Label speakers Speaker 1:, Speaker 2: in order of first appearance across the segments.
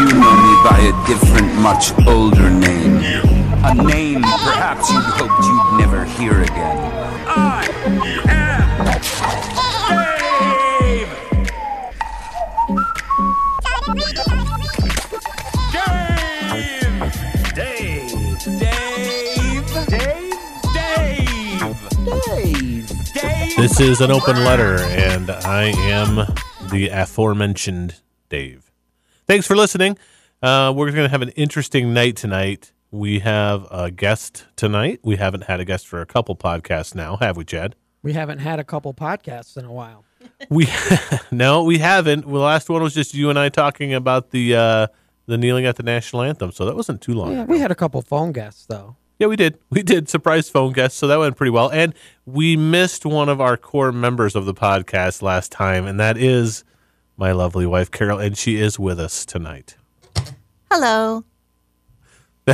Speaker 1: by a different, much older name. A name perhaps you hoped you'd never hear again. I am Dave! Dave! Dave! Dave! Dave! Dave!
Speaker 2: This is an open letter, and I am the aforementioned Dave. Thanks for listening. Uh, we're going to have an interesting night tonight. We have a guest tonight. We haven't had a guest for a couple podcasts now, have we, Chad?
Speaker 3: We haven't had a couple podcasts in a while.
Speaker 2: We no, we haven't. Well, the last one was just you and I talking about the uh, the kneeling at the national anthem, so that wasn't too long.
Speaker 3: Yeah,
Speaker 2: ago.
Speaker 3: we had a couple phone guests though.
Speaker 2: Yeah, we did. We did surprise phone guests, so that went pretty well. And we missed one of our core members of the podcast last time, and that is my lovely wife Carol, and she is with us tonight.
Speaker 4: Hello.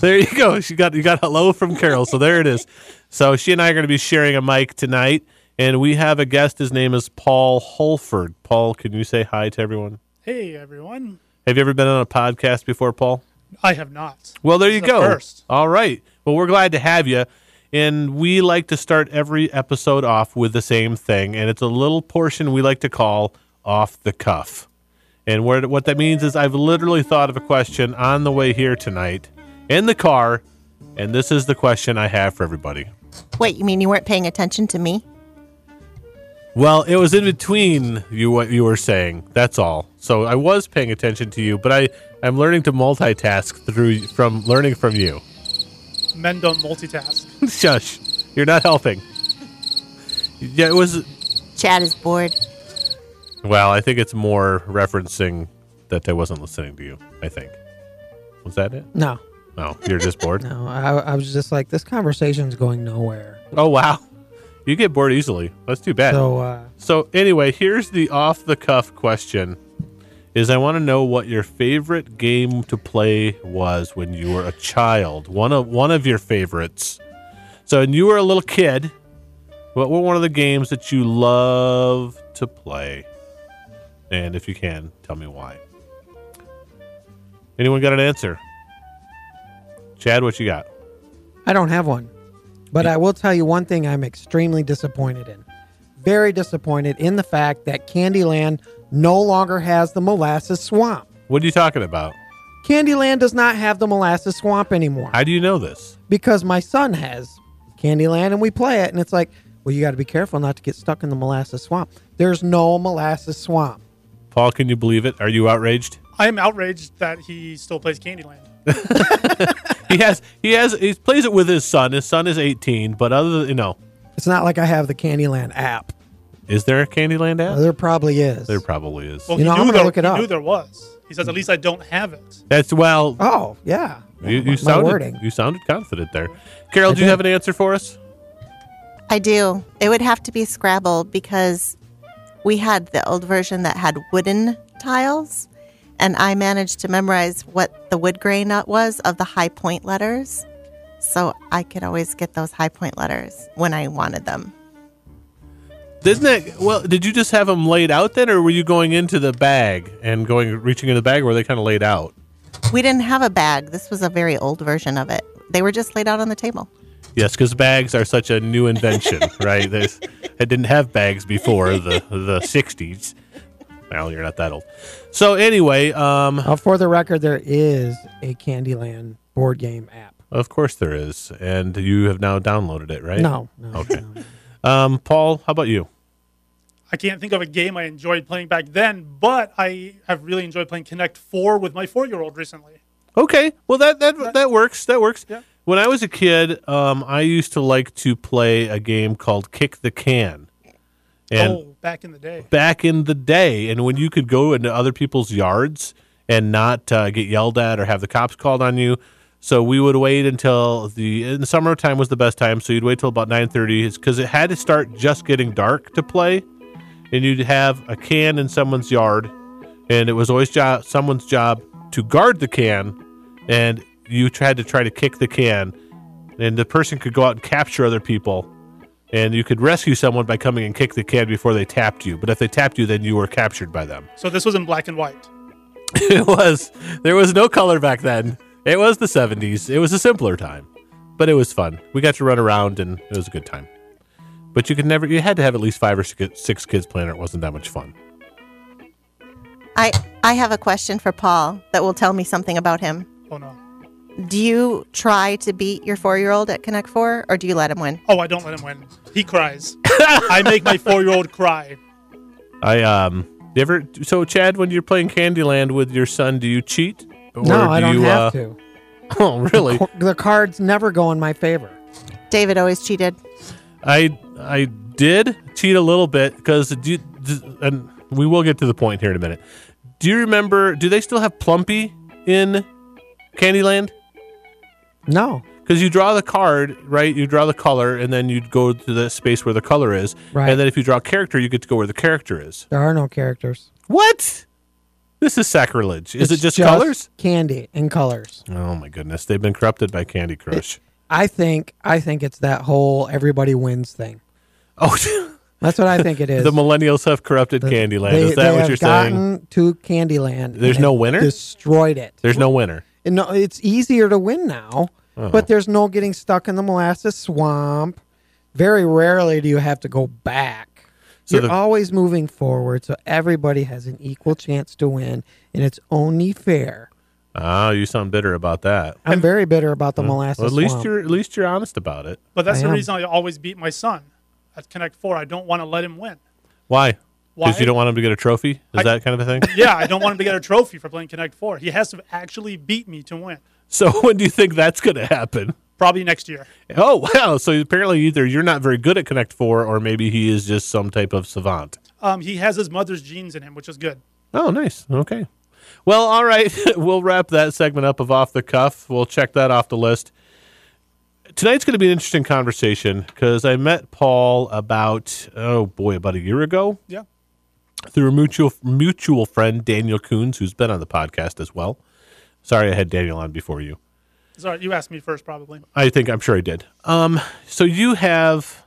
Speaker 2: there you go. She got you got hello from Carol, so there it is. So she and I are going to be sharing a mic tonight, and we have a guest. His name is Paul Holford. Paul, can you say hi to everyone?
Speaker 5: Hey everyone,
Speaker 2: Have you ever been on a podcast before, Paul?
Speaker 5: I have not.
Speaker 2: Well, there you
Speaker 5: the
Speaker 2: go.
Speaker 5: first.
Speaker 2: All right. Well, we're glad to have you. And we like to start every episode off with the same thing. And it's a little portion we like to call off the cuff. And what, what that means is I've literally thought of a question on the way here tonight in the car. And this is the question I have for everybody.
Speaker 4: Wait, you mean you weren't paying attention to me?
Speaker 2: Well, it was in between you what you were saying. That's all. So I was paying attention to you, but I I'm learning to multitask through from learning from you.
Speaker 5: Men don't multitask.
Speaker 2: Shush. You're not helping. Yeah, it was.
Speaker 4: Chad is bored.
Speaker 2: Well, I think it's more referencing that I wasn't listening to you, I think. Was that it?
Speaker 3: No,
Speaker 2: No, you're just bored.
Speaker 3: no, I, I was just like this conversation's going nowhere.
Speaker 2: Oh, wow. You get bored easily. That's too bad.
Speaker 3: So uh,
Speaker 2: So anyway, here's the off the cuff question is I want to know what your favorite game to play was when you were a child. One of one of your favorites. So when you were a little kid, what were one of the games that you love to play? And if you can, tell me why. Anyone got an answer? Chad, what you got?
Speaker 3: I don't have one, but I will tell you one thing: I'm extremely disappointed in. Very disappointed in the fact that Candyland no longer has the molasses swamp.
Speaker 2: What are you talking about?
Speaker 3: Candyland does not have the molasses swamp anymore.
Speaker 2: How do you know this?
Speaker 3: because my son has Candyland and we play it, and it's like, well, you got to be careful not to get stuck in the molasses swamp. There's no molasses swamp.
Speaker 2: Paul, can you believe it? Are you outraged?
Speaker 5: I am outraged that he still plays Candyland.
Speaker 2: he has he has he plays it with his son. His son is 18, but other than you know,
Speaker 3: It's not like I have the Candyland app.
Speaker 2: is there a Candyland app?
Speaker 3: There probably is.
Speaker 2: There probably is.
Speaker 5: Well,
Speaker 3: You
Speaker 5: he
Speaker 3: know, I'm
Speaker 5: knew
Speaker 3: gonna
Speaker 5: there,
Speaker 3: look it
Speaker 5: he
Speaker 3: up.
Speaker 5: knew there was. He says, "At least I don't have it."
Speaker 2: That's well.
Speaker 3: oh yeah,
Speaker 2: You, you
Speaker 3: My
Speaker 2: sounded
Speaker 3: wording.
Speaker 2: you sounded confident there. Carol,
Speaker 3: I
Speaker 2: do you
Speaker 3: did.
Speaker 2: have an answer for us?
Speaker 4: I do. It would have to be Scrabble because we had the old version that had wooden tiles, and I managed to memorize what the wood grain o- was of the high point letters. So I could always get those high point letters when I wanted them.
Speaker 2: Isn't that well? Did you just have them laid out then, or were you going into the bag and going reaching in the bag, or were they kind of laid out?
Speaker 4: We didn't have a bag. This was a very old version of it. They were just laid out on the table.
Speaker 2: Yes, because bags are such a new invention, right? There's, I didn't have bags before the the '60s. Well, you're not that old. So anyway, um,
Speaker 3: Uh, for the record, there is a Candyland board game app.
Speaker 2: Of course there is, and you have now downloaded it, right? Oh,
Speaker 3: No, no,
Speaker 2: Okay.
Speaker 3: no.
Speaker 2: Um, Paul, how about you?
Speaker 5: I can't think of a game I enjoyed playing back then, but I have really enjoyed playing Connect Four with my four-year-old recently.
Speaker 2: Okay, well that that that works. That works.
Speaker 5: Yeah.
Speaker 2: When I was a kid, um, I used to like to play a game called Kick the Can, and
Speaker 5: oh, back in the day.
Speaker 2: back in the day, and when you could go into other people's yards and not uh, get yelled at or have the cops called on you. So we would wait until the in the summertime was the best time. So you'd wait till about nine thirty because it had to start just getting dark to play, and you'd have a can in someone's yard, and it was always jo- someone's job to guard the can, and you tried to try to kick the can, and the person could go out and capture other people and you could rescue someone by coming and kick the can before they tapped you. But if they tapped you, then you were captured by them.
Speaker 5: So this was in black and white.
Speaker 2: it was. There was no color back then. It was the 70s. It was a simpler time, but it was fun. We got to run around and it was a good time. But you could never, you had to have at least five or si- six kids playing or it wasn't that much fun.
Speaker 4: I I have a question for Paul that will tell me something about him.
Speaker 5: Oh no.
Speaker 4: Do you try to beat your four year old at Connect Four, or do you let him win?
Speaker 5: Oh, I don't let him win. He cries. I make my four-year-old cry.
Speaker 2: I, um, you ever, so Chad, when you're playing Candyland with your son, do you cheat? Or
Speaker 3: no, I don't have
Speaker 2: uh,
Speaker 3: to.
Speaker 2: Oh, really?
Speaker 3: Cor- The cards never go in my favor.
Speaker 4: David always cheated.
Speaker 2: I I did cheat a little bit because do you, d- and we will get to the point here in a minute. Do you remember? Do they still have Plumpy in Candyland?
Speaker 3: No.
Speaker 2: Because you draw the card, right? You draw the color, and then you go to the space where the color is.
Speaker 3: Right.
Speaker 2: And then if you draw a character, you get to go where the character is.
Speaker 3: There are no characters.
Speaker 2: What? This is sacrilege. Is
Speaker 3: It's
Speaker 2: it just, colors?
Speaker 3: Candy and colors.
Speaker 2: Oh my goodness, they've been corrupted by Candy Crush.
Speaker 3: I think I think it's that whole everybody wins thing.
Speaker 2: oh,
Speaker 3: That's what I think it is.
Speaker 2: the millennials have corrupted Candyland.
Speaker 3: They-
Speaker 2: is that
Speaker 3: they
Speaker 2: what
Speaker 3: have
Speaker 2: you're saying?
Speaker 3: gotten To Candyland.
Speaker 2: There's
Speaker 3: and
Speaker 2: no
Speaker 3: they've
Speaker 2: winner?
Speaker 3: Destroyed it.
Speaker 2: There's no winner.
Speaker 3: And no, it's easier to win now,
Speaker 2: Oh.
Speaker 3: but there's no getting stuck in the molasses swamp. Very rarely do you have to go back.
Speaker 2: So
Speaker 3: You're
Speaker 2: the-
Speaker 3: always moving forward, so everybody has an equal chance to win, and it's only fair.
Speaker 2: Oh, you sound bitter about that.
Speaker 3: I'm very bitter about the molasses
Speaker 2: Well, at least
Speaker 3: swamp.
Speaker 2: you're at least you're honest about it.
Speaker 5: But that's
Speaker 3: I
Speaker 5: the
Speaker 3: am.
Speaker 5: reason I always beat my son at Connect Four. I don't want to let him win.
Speaker 2: Why?
Speaker 5: Why?
Speaker 2: Because you don't want him to get a trophy. Is that kind of a thing?
Speaker 5: Yeah, I don't want him to get a trophy for playing Connect Four. He has to actually beat me to win.
Speaker 2: so when do you think that's going to happen?
Speaker 5: Probably next year.
Speaker 2: Oh wow! So apparently either you're not very good at Connect Four, or maybe he is just some type of savant.
Speaker 5: Um, he has his mother's genes in him, which is good.
Speaker 2: Oh, nice. Okay. Well, all right. we'll wrap that segment up of off the cuff. We'll check that off the list. Tonight's going to be an interesting conversation because I met Paul about oh boy, about a year ago.
Speaker 5: Yeah.
Speaker 2: through a mutual mutual friend, Daniel Coons, who's been on the podcast as well. Sorry, I had Daniel on before you.
Speaker 5: Sorry, you asked me first, probably.
Speaker 2: I think I'm sure I did. Um, so you have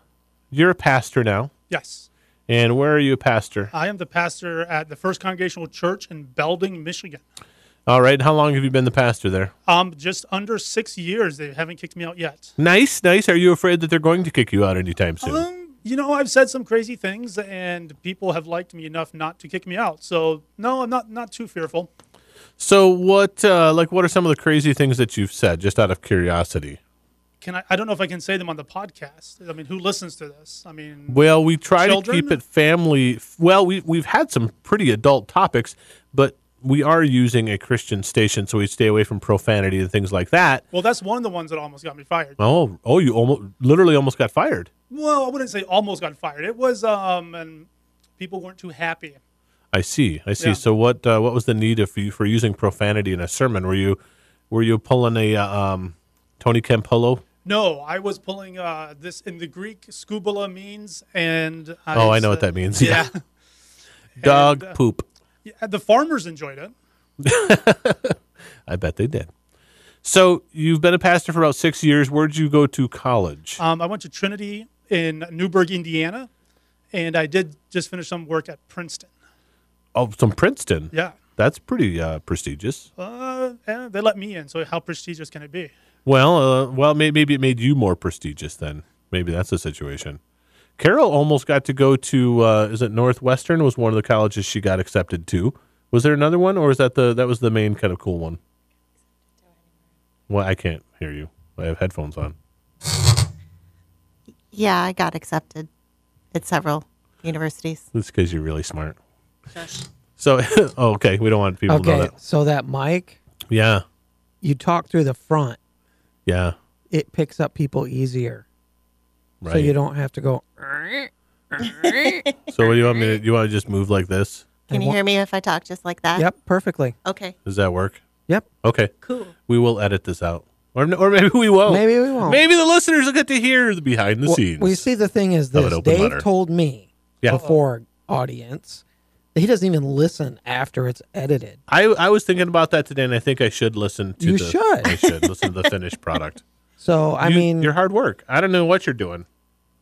Speaker 2: you're a pastor now,
Speaker 5: Yes.
Speaker 2: and where are you a pastor?
Speaker 5: I am the pastor at the First Congregational Church in Belding, Michigan.
Speaker 2: All right, how long have you been the pastor there?
Speaker 5: Um, just under six years. They haven't kicked me out yet.
Speaker 2: Nice, nice. Are you afraid that they're going to kick you out anytime soon?
Speaker 5: Um, you know, I've said some crazy things, and people have liked me enough not to kick me out. So no, I'm not not too fearful.
Speaker 2: so what, uh, like, what are some of the crazy things that you've said, just out of curiosity?
Speaker 5: Can I? I don't know if I can say them on the podcast. I mean, who listens to this? I mean,
Speaker 2: Well, we try
Speaker 5: Children?
Speaker 2: to keep it family. Well, we we've had some pretty adult topics, but we are using a Christian station, so we stay away from profanity and things like that.
Speaker 5: well, that's one of the ones that almost got me fired.
Speaker 2: Oh, oh, you almost literally almost got fired.
Speaker 5: Well, I wouldn't say almost got fired. It was um, and people weren't too happy.
Speaker 2: I see, I see.
Speaker 5: Yeah.
Speaker 2: So what uh, what was the need of you for using profanity in a sermon? Were you were you pulling a uh, um, Tony Campolo?
Speaker 5: No, I was pulling uh, this in the Greek. Scubala means and I
Speaker 2: Oh, I know what
Speaker 5: said-
Speaker 2: that means.
Speaker 5: Yeah,
Speaker 2: dog
Speaker 5: uh,
Speaker 2: poop.
Speaker 5: Yeah, the farmers enjoyed it.
Speaker 2: I bet they did. So you've been a pastor for about six years. Where'd you go to college?
Speaker 5: Um, I went to Trinity in Newburgh, Indiana, and I did just finish some work at Princeton.
Speaker 2: oh, from Princeton.
Speaker 5: Yeah.
Speaker 2: That's pretty uh, prestigious.
Speaker 5: Uh, eh, they let me in, so how prestigious can it be?
Speaker 2: Well, uh, well, may- maybe it made you more prestigious then. Maybe that's the situation. Carol almost got to go to uh, is it Northwestern was one of the colleges she got accepted to. Was there another one, or is that the that was the main kind of cool one? Well, I can't hear you. I have headphones on.
Speaker 4: Yeah, I got accepted at several universities.
Speaker 2: That's because you're really smart. So, oh, okay, we don't want people to know
Speaker 3: Okay,
Speaker 2: that.
Speaker 3: so that mic,
Speaker 2: Yeah,
Speaker 3: you talk through the front,
Speaker 2: yeah,
Speaker 3: it picks up people easier,
Speaker 2: right.
Speaker 3: so you don't have to go.
Speaker 2: So what do you want me to? You want to just move like this?
Speaker 4: Can you
Speaker 3: wha-
Speaker 4: hear me if I talk just like that?
Speaker 3: Yep, perfectly.
Speaker 4: Okay.
Speaker 2: Does that work?
Speaker 3: Yep.
Speaker 2: Okay.
Speaker 4: Cool.
Speaker 2: We will edit this out, or or maybe we won't.
Speaker 3: Maybe we won't.
Speaker 2: Maybe the listeners will get to hear the behind the scenes.
Speaker 3: Well, you see, the thing is
Speaker 2: Of an
Speaker 3: this:
Speaker 2: open
Speaker 3: Dave
Speaker 2: letter.
Speaker 3: told me
Speaker 2: Yeah.
Speaker 3: before audience that he doesn't even listen after it's edited.
Speaker 2: I I was thinking about that today, and I think I should listen to.
Speaker 3: You
Speaker 2: the,
Speaker 3: should.
Speaker 2: I should listen to the finished product.
Speaker 3: So I
Speaker 2: You-
Speaker 3: mean,
Speaker 2: your hard work. I don't know what you're doing.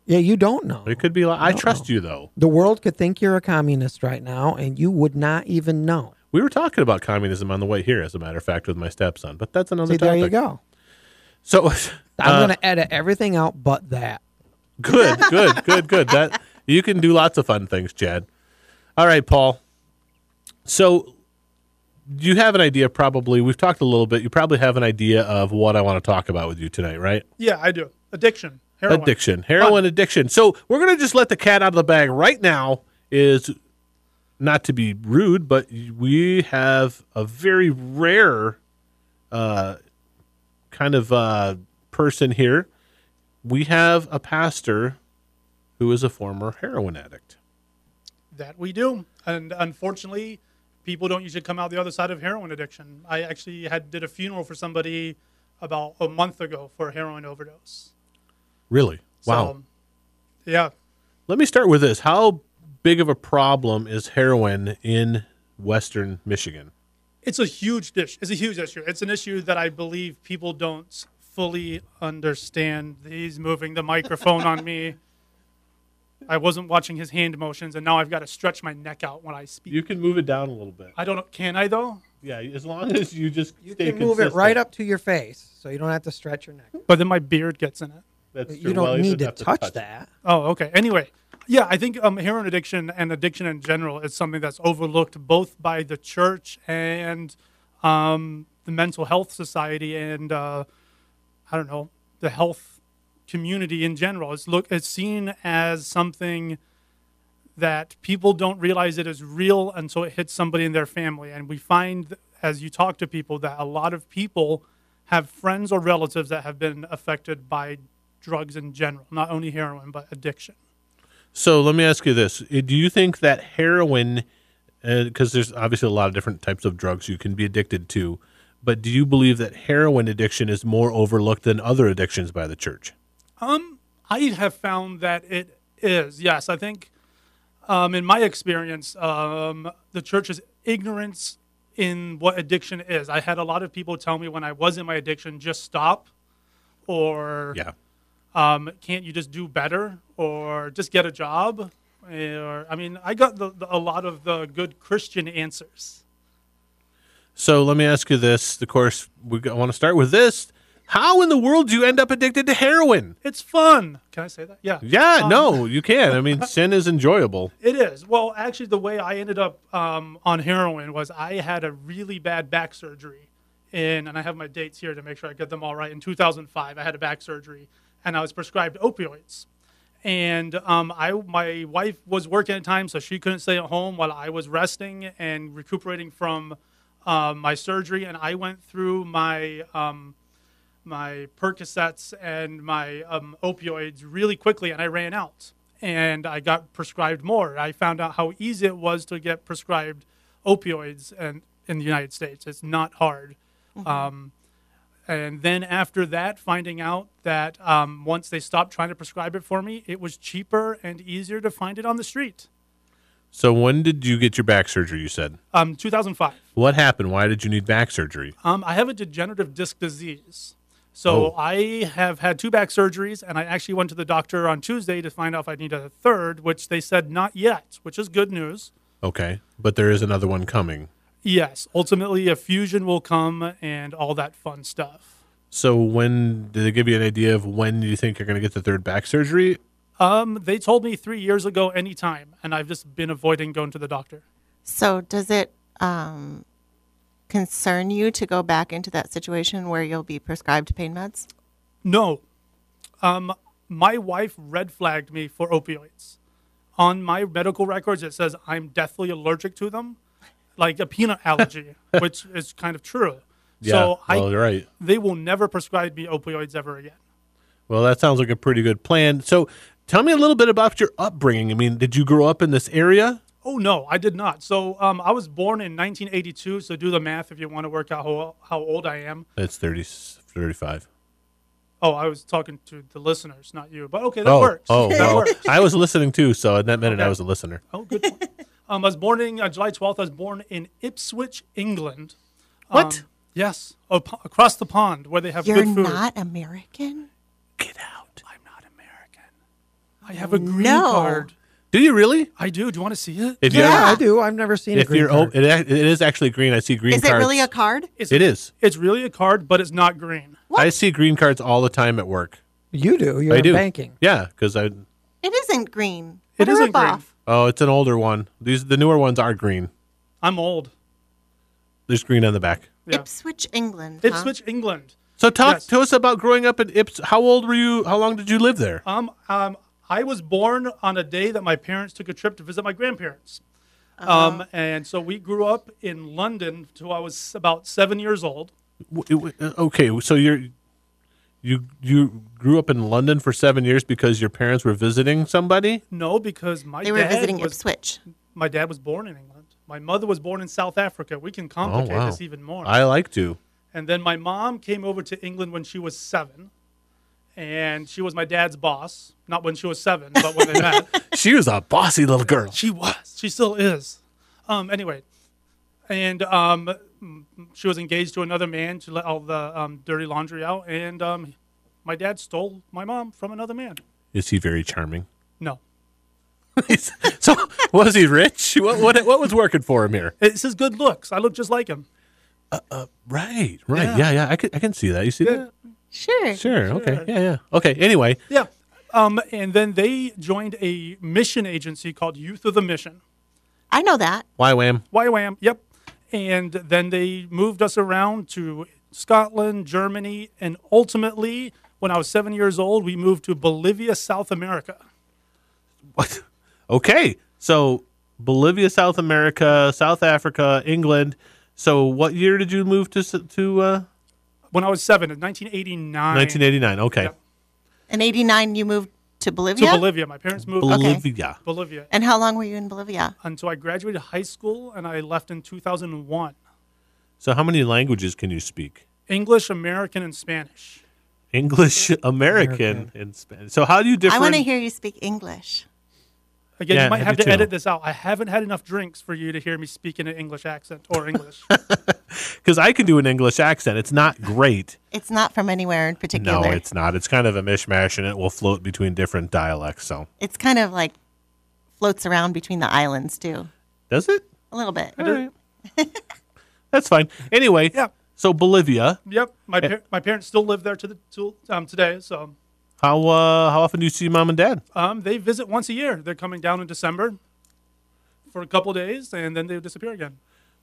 Speaker 3: yeah, you don't know.
Speaker 2: It could be. Like, I trust you though.
Speaker 3: The world could think you're a communist right now, and you would not even know.
Speaker 2: We were talking about communism on the way here, as a matter of fact, with my stepson, but that's another
Speaker 3: See, there
Speaker 2: topic.
Speaker 3: you go.
Speaker 2: So,
Speaker 3: I'm
Speaker 2: uh,
Speaker 3: going to edit everything out but that.
Speaker 2: good, good, good, good. That you can do lots of fun things, Chad. All right, Paul. So you have an idea probably we've talked a little bit you probably have an idea of what i want to talk about with you tonight right
Speaker 5: Yeah, I do. Addiction. Heroin.
Speaker 2: addiction heroin addiction so we're going to just let the cat out of the bag right now is not to be rude but we have a very rare uh, kind of uh, person here we have a pastor who is a former heroin addict
Speaker 5: That we do. And unfortunately, people don't usually come out the other side of heroin addiction. I actually had did a funeral for somebody about a month ago for a heroin overdose.
Speaker 2: really wow
Speaker 5: So, yeah.
Speaker 2: Let me start with this. How big of a problem is heroin in Western Michigan?
Speaker 5: It's a huge dish. It's a huge issue. It's an issue that I believe people don't fully understand. He's moving the microphone on me. I wasn't watching his hand motions, and now I've got to stretch my neck out when I speak.
Speaker 2: You can move it down a little bit.
Speaker 5: I don't know. Can I though?
Speaker 2: Yeah, as long as you just
Speaker 3: You
Speaker 2: stay
Speaker 3: can move it
Speaker 2: consistent.
Speaker 3: right up to your face so you don't have to stretch your neck.
Speaker 5: But then my beard gets in it.
Speaker 2: That's
Speaker 3: You
Speaker 2: true.
Speaker 3: don't
Speaker 2: Well,
Speaker 3: need to
Speaker 2: doesn't have
Speaker 3: touch, that.
Speaker 5: Oh, okay. Anyway, yeah, I think um, heroin addiction and addiction in general is something that's overlooked both by the church and um, the mental health society and uh, I don't know the health community in general. It's look it's seen as something that people don't realize it is real until it hits somebody in their family. And we find as you talk to people that a lot of people have friends or relatives that have been affected by drugs in general, not only heroin but addiction.
Speaker 2: So let me ask you this: Uh, Do you think that heroin, because there's obviously a lot of different types of drugs you can be addicted to, but do you believe that heroin addiction is more overlooked than other addictions by the church?
Speaker 5: Um, I have found that it is. Yes, I think, um, in my experience, um, the church's ignorance in what addiction is. I had a lot of people tell me when I was in my addiction, just stop, or
Speaker 2: Yeah.
Speaker 5: um, can't you just do better, or just get a job, or I mean, I got the, the, a lot of the good Christian answers.
Speaker 2: So let me ask you this: The course we want to start with this. How in the world do you end up addicted to heroin?
Speaker 5: It's fun. Can I say that? Yeah.
Speaker 2: Yeah, no, you can. I mean, sin is enjoyable.
Speaker 5: It is. Well, actually, the way I ended up um, on heroin was I had a really bad back surgery. In, and I have my dates here to make sure I get them all right. In 2005, I had a back surgery and I was prescribed opioids. And um, I, my wife was working at times, so she couldn't stay at home while I was resting and recuperating from um, my surgery. And I went through my um, my Percocets and my um, opioids really quickly, and I ran out. And I got prescribed more. I found out how easy it was to get prescribed opioids and, in the United States. It's not hard. Um, and then after that, finding out that um, once they stopped trying to prescribe it for me, it was cheaper and easier to find it on the street.
Speaker 2: So when did you get your back surgery? You said
Speaker 5: Um, 2005.
Speaker 2: what happened? Why did you need back surgery?
Speaker 5: Um, I have a degenerative disc disease. So
Speaker 2: Oh.
Speaker 5: I have had two back surgeries, and I actually went to the doctor on Tuesday to find out if I need a third, which they said not yet, which is good news.
Speaker 2: Okay, but there is another one coming.
Speaker 5: Yes, ultimately a fusion will come and all that fun stuff.
Speaker 2: So when did they give you an idea of when you think you're going to get the third back surgery?
Speaker 5: Um, they told me three years ago anytime, and I've just been avoiding going to the doctor.
Speaker 4: So, does it um, concern you to go back into that situation where you'll be prescribed pain meds?
Speaker 5: No. Um, my wife red flagged me for opioids. On my medical records, it says I'm deathly allergic to them, like a peanut allergy, which is kind of true. so I,
Speaker 2: well, you're right.
Speaker 5: they will never prescribe me opioids ever again.
Speaker 2: Well, that sounds like a pretty good plan. So tell me a little bit about your upbringing. I mean, did you grow up in this area?
Speaker 5: Oh no, I did not. So um, I was born in 1982. So do the math if you want to work out how, how old I am.
Speaker 2: It's 30, 35.
Speaker 5: Oh, I was talking to the listeners, not you. But okay, that
Speaker 2: oh,
Speaker 5: works.
Speaker 2: oh,
Speaker 5: that
Speaker 2: well,
Speaker 5: works.
Speaker 2: I was listening too. So in that minute, I
Speaker 5: Okay.
Speaker 2: was a listener.
Speaker 5: Oh, good. point. um, I was born in uh, July 12th. I was born in Ipswich, England.
Speaker 2: What?
Speaker 5: Um, yes, op- across the pond where they have
Speaker 4: You're
Speaker 5: good food.
Speaker 4: not American?
Speaker 2: Get out.
Speaker 5: I'm not American. I have a green
Speaker 4: No.
Speaker 5: card.
Speaker 2: Do you really?
Speaker 5: I do. Do you want to see it?
Speaker 2: If
Speaker 3: Yeah,
Speaker 2: you ever,
Speaker 3: I do. I've never seen a
Speaker 2: if
Speaker 3: green
Speaker 2: you're
Speaker 3: card.
Speaker 2: op- it, ac- it is actually green. I see green
Speaker 4: Is it
Speaker 2: cards.
Speaker 4: really a card?
Speaker 5: It's,
Speaker 2: It is.
Speaker 5: It's really a card, but it's not green.
Speaker 4: What?
Speaker 2: I see green cards all the time at work.
Speaker 3: you do. You're
Speaker 2: I do.
Speaker 3: banking.
Speaker 2: Yeah, because I.
Speaker 4: It isn't green.
Speaker 5: It
Speaker 4: What a
Speaker 5: isn't green.
Speaker 4: ripoff.
Speaker 2: Oh, it's an older one. These the newer ones are green.
Speaker 5: I'm old.
Speaker 2: There's green on the back.
Speaker 5: Yeah.
Speaker 4: Ipswich, England. huh?
Speaker 5: Ipswich, England.
Speaker 2: So talk
Speaker 5: Yes.
Speaker 2: to us about growing up in Ips. How old were you? How long did you live there?
Speaker 5: Um, um, I was born on a day that my parents took a trip to visit my grandparents.
Speaker 4: Uh-huh.
Speaker 5: Um, and so we grew up in London till I was about seven years old.
Speaker 2: W- w- Okay, so you're you you grew up in London for seven years because your parents were visiting somebody.
Speaker 5: No, because my
Speaker 4: They were
Speaker 5: dad
Speaker 4: visiting
Speaker 5: was,
Speaker 4: Ipswich.
Speaker 5: My dad was born in England. My mother was born in South Africa. We can
Speaker 2: Oh
Speaker 5: complicate
Speaker 2: wow!
Speaker 5: this even more.
Speaker 2: I like to.
Speaker 5: and then my mom came over to England when she was seven, and she was my dad's boss. Not when she was seven, but when they met.
Speaker 2: She was a bossy little girl.
Speaker 5: She was. She still is. Um. Anyway, and um, m- she was engaged to another man. She let all the um, dirty laundry out, and um, my dad stole my mom from another man.
Speaker 2: Is he very charming?
Speaker 5: No,
Speaker 2: so was he rich? What, what what was working for him here?
Speaker 5: it's his good looks. I look just like him.
Speaker 2: Right, right, yeah, yeah. I can I can see that. You see that?
Speaker 4: Sure.
Speaker 2: Sure. Okay. Yeah. Yeah. Okay. Anyway,
Speaker 5: Yeah. Um. And then they joined a mission agency called Youth of the Mission.
Speaker 4: I know that.
Speaker 2: why wham?
Speaker 5: YWAM. Yep. And then they moved us around to Scotland, Germany, and ultimately, when I was seven years old, we moved to Bolivia, South America.
Speaker 2: What? Okay. So Bolivia, South America, South Africa, England. So what year did you move to s- to uh,
Speaker 5: when I was seven in 1989
Speaker 2: 1989? Okay.
Speaker 5: Yep.
Speaker 4: In 89, you moved to
Speaker 5: to
Speaker 4: Bolivia?
Speaker 5: Bolivia. My parents moved to
Speaker 2: Bolivia.
Speaker 5: Bolivia
Speaker 4: And how long were you in Bolivia?
Speaker 5: until I graduated high school and I left in 2001.
Speaker 2: So how many languages can you speak?
Speaker 5: English, American, and Spanish.
Speaker 2: English, American, and Spanish. So how do you differ?
Speaker 4: I want to hear you speak English.
Speaker 5: Again,
Speaker 2: Yeah,
Speaker 5: you might
Speaker 2: I
Speaker 5: have
Speaker 2: do
Speaker 5: to
Speaker 2: too.
Speaker 5: edit this out. I haven't had enough drinks for you to hear me speak in an English accent or English.
Speaker 2: Because I can do an English accent. It's not great.
Speaker 4: It's not from anywhere in particular.
Speaker 2: No, it's not. It's kind of a mishmash, and it will float between different dialects. So
Speaker 4: It's kind of like floats around between the islands, too.
Speaker 2: does it?
Speaker 4: A little bit.
Speaker 2: That's fine. Anyway,
Speaker 5: Yeah.
Speaker 2: So Bolivia,
Speaker 5: yep, my par- my parents still live there to the to, um, today. So
Speaker 2: how uh, how often do you see mom and dad?
Speaker 5: um, they visit once a year. They're coming down in December for a couple days, and then they disappear again.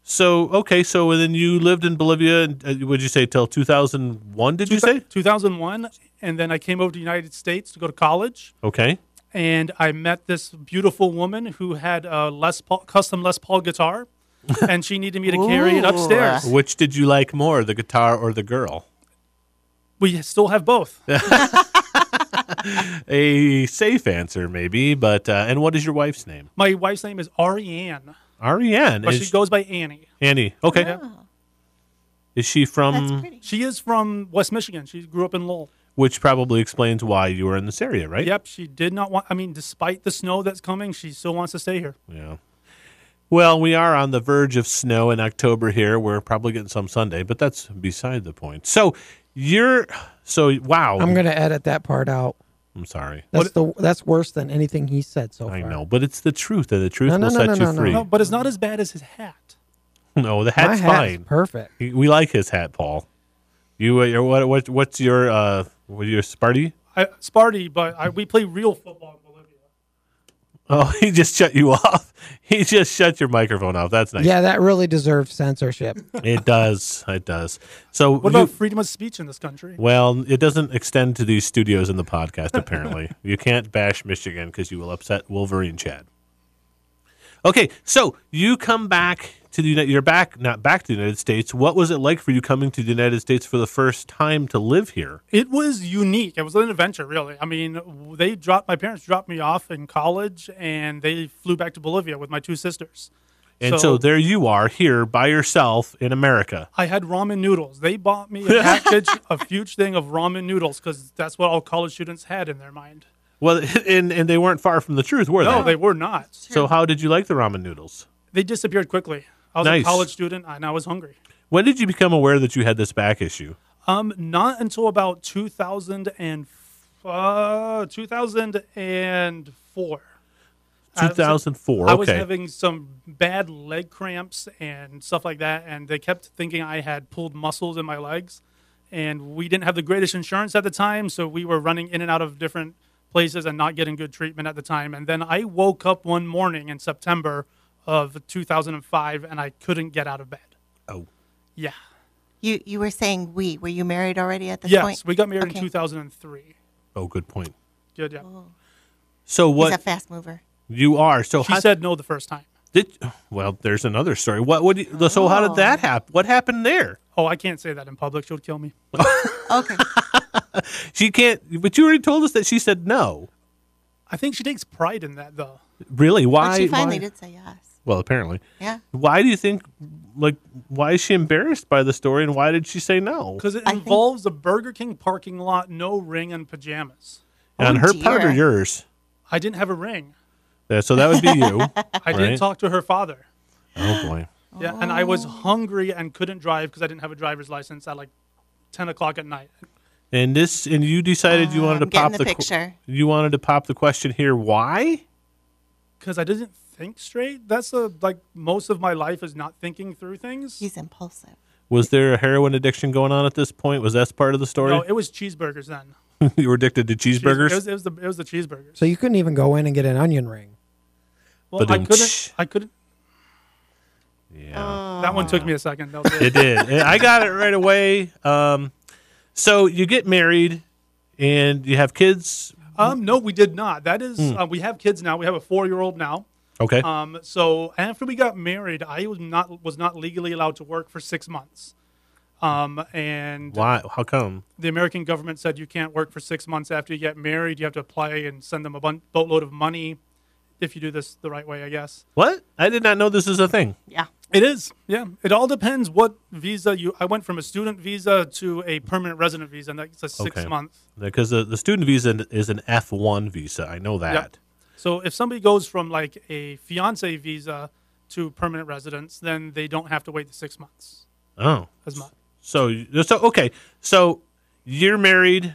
Speaker 2: So okay, so then you lived in Bolivia. and, Uh, would you say till two thousand one? Did you say?
Speaker 5: 2001, and then I came over to the United States to go to college.
Speaker 2: Okay.
Speaker 5: and I met this beautiful woman who had a Les Paul, custom Les Paul guitar, and she needed me to carry it
Speaker 4: Ooh.
Speaker 5: upstairs.
Speaker 2: Which did you like more, the guitar or the girl?
Speaker 5: We still have both.
Speaker 2: A safe answer, maybe. But uh, and what is your wife's name?
Speaker 5: My wife's name is Ariane,
Speaker 2: Ariane.
Speaker 5: but
Speaker 2: Is
Speaker 5: she goes by Annie.
Speaker 2: Annie. Okay. Is she
Speaker 4: That's
Speaker 5: Mm-hmm.
Speaker 2: from?
Speaker 4: pretty.
Speaker 5: She is from West Michigan. She grew up in Lowell.
Speaker 2: Which probably explains why you were in this area, right?
Speaker 5: Yep, she did not want. I mean, despite the snow that's coming, she still wants to stay here.
Speaker 2: Yeah. Well, we are on the verge of snow in October here. We're probably getting some Sunday, but that's beside the point. So you're so wow.
Speaker 3: I'm gonna edit that part out.
Speaker 2: I'm sorry.
Speaker 3: That's the that's worse than anything he said so far.
Speaker 2: I know, but it's the truth, and the truth
Speaker 3: No, no,
Speaker 2: will
Speaker 3: no,
Speaker 2: set
Speaker 3: no,
Speaker 2: you
Speaker 3: no, no.
Speaker 2: free.
Speaker 5: No,
Speaker 2: No,
Speaker 5: but it's not as bad as his hat.
Speaker 2: the
Speaker 3: My
Speaker 2: hat's
Speaker 3: hat's
Speaker 2: fine.
Speaker 3: perfect.
Speaker 2: He- we like his hat, Paul. You, uh, your, what, what, what's your, uh, what, your Sparty?
Speaker 5: I, Sparty, but I, we play real football in Bolivia.
Speaker 2: Oh, he just shut you off. He just shut your microphone off. That's nice.
Speaker 3: Yeah, that really deserves censorship.
Speaker 2: It does. It does. So,
Speaker 5: What
Speaker 2: you-
Speaker 5: about freedom of speech in this country?
Speaker 2: well, it doesn't extend to these studios in the podcast. Apparently, you can't bash Michigan because you will upset Wolverine Chad. Okay, so you come back to the United. You're back, not back to the United States. What was it like for you coming to the United States for the first time to live here?
Speaker 5: It was unique. It was an adventure, really. I mean, w- they dropped my parents dropped me off in college, and they flew back to Bolivia with my two sisters.
Speaker 2: And so, there you are here by yourself in America.
Speaker 5: I had ramen noodles. They bought me a package, a huge thing of ramen noodles, because that's what all college students had in their mind.
Speaker 2: Well, and and they weren't far from the truth, were
Speaker 5: No,
Speaker 2: they?
Speaker 5: they were not.
Speaker 2: So how did you like the ramen noodles?
Speaker 5: They disappeared quickly. I was
Speaker 2: Nice.
Speaker 5: a college student, and I was hungry.
Speaker 2: When did you become aware that you had this back issue?
Speaker 5: Um, not until about 2000 and, f- uh, 2004. I was-
Speaker 2: 2004.
Speaker 5: I
Speaker 2: okay.
Speaker 5: was having some bad leg cramps and stuff like that, and they kept thinking I had pulled muscles in my legs. And we didn't have the greatest insurance at the time, so we were running in and out of different places and not getting good treatment at the time. And then I woke up one morning in September of 2005, and I couldn't get out of bed.
Speaker 2: oh,
Speaker 5: Yeah.
Speaker 4: You you were saying we. Were you married already at this
Speaker 5: yes,
Speaker 4: point?
Speaker 5: we got married
Speaker 4: Okay. Oh.
Speaker 5: in 2003.
Speaker 2: oh, good point.
Speaker 5: Good, yeah.
Speaker 2: So
Speaker 4: He's a
Speaker 2: what
Speaker 4: fast mover.
Speaker 2: you are? So
Speaker 5: She
Speaker 2: how
Speaker 5: said no the first time.
Speaker 2: did? Well, there's another story. What? What? do you- So how did
Speaker 4: Oh.
Speaker 2: that happen? What happened there?
Speaker 5: Oh, I can't say that in public. She'll kill me.
Speaker 4: Okay.
Speaker 2: She can't. But you already told us that she said no.
Speaker 5: I think she takes pride in that, though.
Speaker 2: Really? Why?
Speaker 4: but she finally
Speaker 2: why-
Speaker 4: did say yes.
Speaker 2: Well, apparently.
Speaker 4: Yeah.
Speaker 2: Why do you think? Like, why is she embarrassed by the story, and why did she say no?
Speaker 5: Because it
Speaker 4: I think-
Speaker 5: involves a Burger King parking lot, no ring, and pajamas.
Speaker 2: On her part or
Speaker 4: dear.
Speaker 2: yours?
Speaker 5: I didn't have a ring.
Speaker 2: Yeah, so that would be you.
Speaker 5: I
Speaker 2: Right.
Speaker 5: didn't talk to her father.
Speaker 2: oh boy.
Speaker 5: Yeah, and I
Speaker 4: Oh.
Speaker 5: was hungry and couldn't drive because I didn't have a driver's license at like ten o'clock at night.
Speaker 2: And this, and you decided you wanted to
Speaker 4: Uh, I'm getting
Speaker 2: pop
Speaker 4: the
Speaker 2: que-
Speaker 4: picture.
Speaker 2: you wanted to pop the question here. Why?
Speaker 5: Because I didn't think straight. That's a, like most of my life is not thinking through things.
Speaker 4: He's impulsive.
Speaker 2: Was there a heroin addiction going on at this point? Was that part of the story?
Speaker 5: No, it was cheeseburgers then.
Speaker 2: you were addicted to
Speaker 5: Cheese- it
Speaker 2: cheeseburgers.
Speaker 5: was, it was the it was the cheeseburgers.
Speaker 3: So you couldn't even go in and get an onion ring.
Speaker 5: well, I
Speaker 2: Ba-dum.
Speaker 5: couldn't. I couldn't.
Speaker 2: yeah,
Speaker 5: That one took me a second. That was it.
Speaker 2: it did. And I got it right away. Um, so you get married, and you have kids.
Speaker 5: Um, no, we did not. That is, uh, we have kids now. We have a four-year-old now.
Speaker 2: Okay.
Speaker 5: Um, so after we got married, I was not was not legally allowed to work for six months. Um, and
Speaker 2: Why? How come?
Speaker 5: the American government said you can't work for six months after you get married. You have to apply and send them a bun- boatload of money if you do this the right way, I guess.
Speaker 2: What? I did not know this is a thing.
Speaker 4: Yeah.
Speaker 5: It is, yeah. It all depends what visa you. I went from a student visa to a permanent resident visa, and that's a six
Speaker 2: Okay.
Speaker 5: month.
Speaker 2: Because the, the student visa is an F one visa. I know that.
Speaker 5: So if somebody goes from like a fiance visa to permanent residence, then they don't have to wait the six months
Speaker 2: Oh,
Speaker 5: as much.
Speaker 2: So, so okay. So you're married,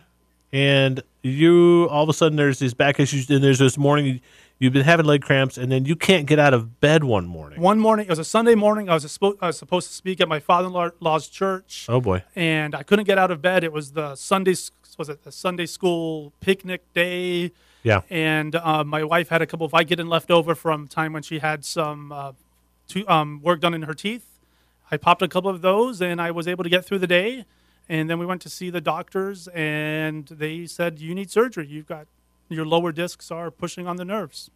Speaker 2: and you all of a sudden there's these back issues, and there's this morning you've been having leg cramps, and then you can't get out of bed one morning.
Speaker 5: One morning, it was a Sunday morning. I was, spo- I was supposed to speak at my father-in-law's church.
Speaker 2: Oh boy.
Speaker 5: and I couldn't get out of bed. It was the Sunday s- was it the Sunday school picnic day,
Speaker 2: Yeah.
Speaker 5: and uh, my wife had a couple of Vicodin left over from time when she had some uh, to, um, work done in her teeth. I popped a couple of those, and I was able to get through the day. And then we went to see the doctors, and they said you need surgery. You've got your lower discs are pushing on the nerves.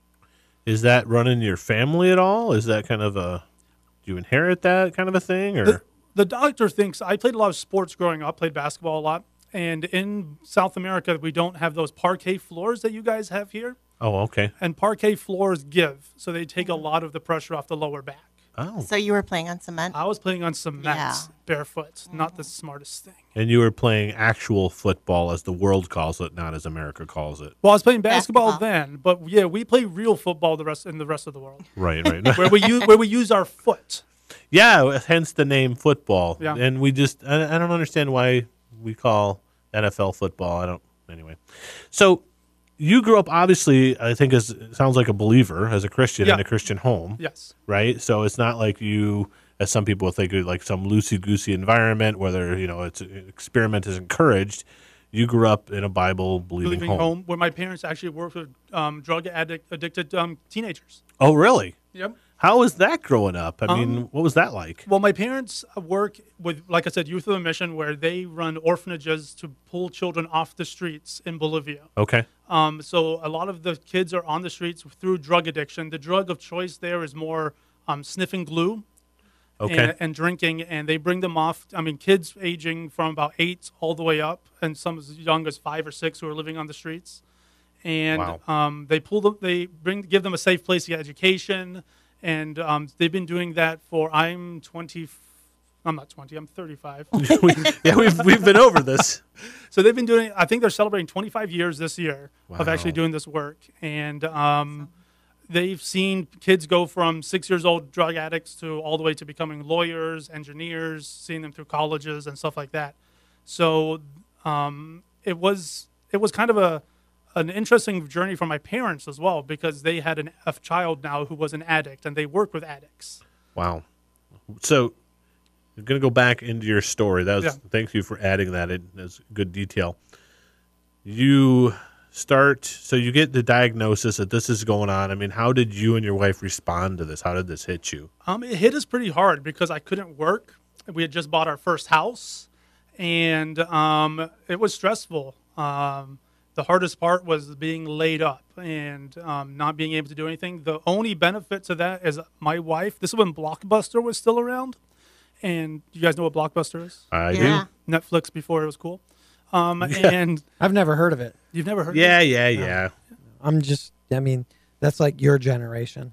Speaker 2: Is that running your family at all? Is that kind of a do you inherit that kind of a thing, or
Speaker 5: the, the doctor thinks I played a lot of sports growing up, played basketball a lot. And in South America, we don't have those parquet floors that you guys have here.
Speaker 2: oh okay.
Speaker 5: And parquet floors give, so they take a lot of the pressure off the lower back.
Speaker 2: Oh,
Speaker 4: So you were playing on cement.
Speaker 5: I was playing on cement
Speaker 4: Yeah. Mm.
Speaker 5: barefoot, not the smartest thing.
Speaker 2: and you were playing actual football as the world calls it, not as America calls it.
Speaker 5: Well, I was playing basketball,
Speaker 4: Basketball.
Speaker 5: then, but yeah, we play real football the rest in the rest of the world,
Speaker 2: Right, right.
Speaker 5: where we use where we use our foot.
Speaker 2: yeah, hence the name football.
Speaker 5: Yeah.
Speaker 2: And we just I, I don't understand why we call NFL football. I don't anyway. So you grew up obviously, I think as sounds like a believer as a Christian in
Speaker 5: Yeah.
Speaker 2: a Christian home,
Speaker 5: Yes,
Speaker 2: right? So it's not like you as some people think like some loosey-goosey environment where there, you know, it's experiment is encouraged. You grew up in a Bible believing
Speaker 5: leaving
Speaker 2: home.
Speaker 5: home. where my parents actually worked with um, drug addict addicted um, teenagers.
Speaker 2: Oh, really?
Speaker 5: Yep.
Speaker 2: How was that growing up? I
Speaker 5: Um,
Speaker 2: mean, what was that like?
Speaker 5: Well, my parents work with, like I said, Youth of a Mission, where they run orphanages to pull children off the streets in Bolivia.
Speaker 2: Okay.
Speaker 5: Um, so a lot of the kids are on the streets through drug addiction. The drug of choice there is more um, sniffing glue
Speaker 2: Okay.
Speaker 5: and, and drinking, and they bring them off. I mean, kids aging from about eight all the way up, and some as young as five or six who are living on the streets. And
Speaker 2: Wow.
Speaker 5: um, they pull them, they bring, give them a safe place to get education, and um, they've been doing that for. I'm 20. I'm not 20. I'm 35.
Speaker 2: We- yeah, we've we've been over this.
Speaker 5: so they've been doing. I think they're celebrating 25 years this year of actually
Speaker 2: Wow.
Speaker 5: doing this work, and um, they've seen kids go from six years old drug addicts to all the way to becoming lawyers, engineers, seeing them through colleges and stuff like that. So um, it was it was kind of a an interesting journey for my parents as well because they had an, a child now who was an addict and they work with addicts.
Speaker 2: Wow. So I'm going to go back into your story. That was
Speaker 5: Yeah.
Speaker 2: thank you for adding that in as good detail. You start so you get the diagnosis that this is going on. I mean, how did you and your wife respond to this? How did this hit you?
Speaker 5: Um, it hit us pretty hard because I couldn't work. We had just bought our first house, and um, it was stressful. Um, the hardest part was being laid up and um, not being able to do anything. The only benefit to that is my wife. This is when Blockbuster was still around, and you guys know what Blockbuster is?
Speaker 2: I
Speaker 4: Yeah.
Speaker 2: do.
Speaker 5: Netflix before it was cool. Um, And
Speaker 3: I've never heard of it.
Speaker 5: you've never heard?
Speaker 2: Yeah,
Speaker 5: Of it?
Speaker 2: yeah, yeah.
Speaker 3: I'm just, I mean, that's like your generation.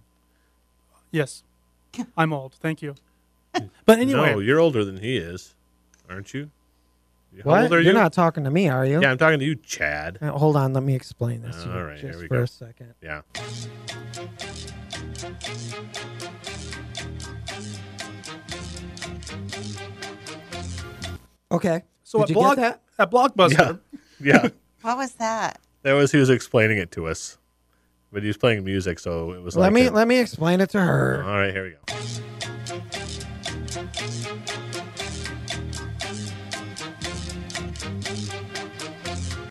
Speaker 5: Yes, I'm old. Thank you. But anyway,
Speaker 2: No, you're older than he is, aren't you? How
Speaker 3: What?
Speaker 2: old are
Speaker 3: You're
Speaker 2: you?
Speaker 3: not talking to me, are you?
Speaker 2: Yeah, I'm talking to you, Chad.
Speaker 3: Uh, Hold on, let me explain this. to you
Speaker 2: All right, here
Speaker 3: just
Speaker 2: we
Speaker 3: for
Speaker 2: go.
Speaker 3: a second.
Speaker 2: Yeah.
Speaker 3: Okay.
Speaker 5: so
Speaker 3: Did
Speaker 5: at,
Speaker 3: you
Speaker 5: block,
Speaker 3: get that?
Speaker 5: at Blockbuster.
Speaker 2: Yeah. Yeah.
Speaker 4: What was that?
Speaker 2: that was he was explaining it to us. But he was playing music, so it Uh-huh. was
Speaker 3: Let
Speaker 2: like
Speaker 3: me
Speaker 2: a-
Speaker 3: let me explain it to her.
Speaker 2: All right, here we go.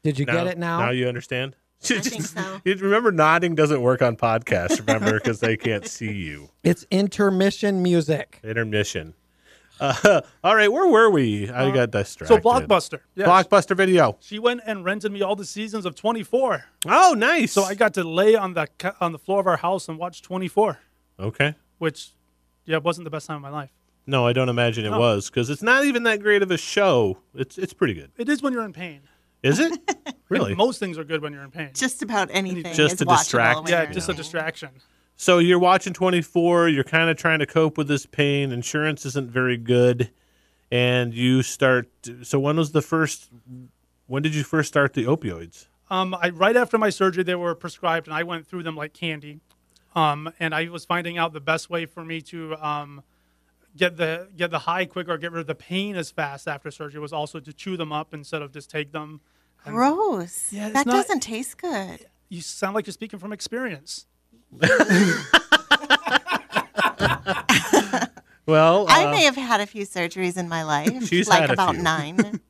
Speaker 3: Did you get it now?
Speaker 2: Now you understand? I
Speaker 4: think so.
Speaker 2: Remember, nodding doesn't work on podcasts, remember, because they can't see you.
Speaker 3: it's intermission music.
Speaker 2: Intermission. Uh, all right, where were we? I got distracted.
Speaker 5: So Blockbuster. Yes.
Speaker 2: Blockbuster video.
Speaker 5: She went and rented me all the seasons of 24.
Speaker 2: Oh, nice.
Speaker 5: So I got to lay on the ca- on the floor of our house and watch 24,
Speaker 2: Okay.
Speaker 5: which yeah, wasn't the best time of my life.
Speaker 2: No, I don't imagine it was because it's not even that great of a show. It's it's pretty good.
Speaker 5: It is when you're in pain.
Speaker 2: Is it? really?
Speaker 5: Most things are good when you're in pain.
Speaker 4: Just about anything.
Speaker 2: Just
Speaker 4: is
Speaker 2: to
Speaker 4: watchable
Speaker 2: distract
Speaker 4: when
Speaker 5: yeah,
Speaker 4: you're
Speaker 5: just a
Speaker 4: doing it.
Speaker 5: distraction.
Speaker 2: So you're watching 24, you're kind of trying to cope with this pain, insurance isn't very good, and you start so when was the first when did you first start the opioids?
Speaker 5: Um, I, right after my surgery, they were prescribed, and I went through them like candy. Um, and I was finding out the best way for me to um, get the get the high quick or get rid of the pain as fast after surgery was also to chew them up instead of just take them.
Speaker 4: Gross.
Speaker 5: Yeah, it's
Speaker 4: that
Speaker 5: not-
Speaker 4: doesn't taste good.
Speaker 5: You sound like you're speaking from experience.
Speaker 2: Well,
Speaker 4: I
Speaker 2: uh,
Speaker 4: may have had a few surgeries in my life,
Speaker 2: She's
Speaker 4: like
Speaker 2: had a
Speaker 4: about
Speaker 2: few.
Speaker 4: nine.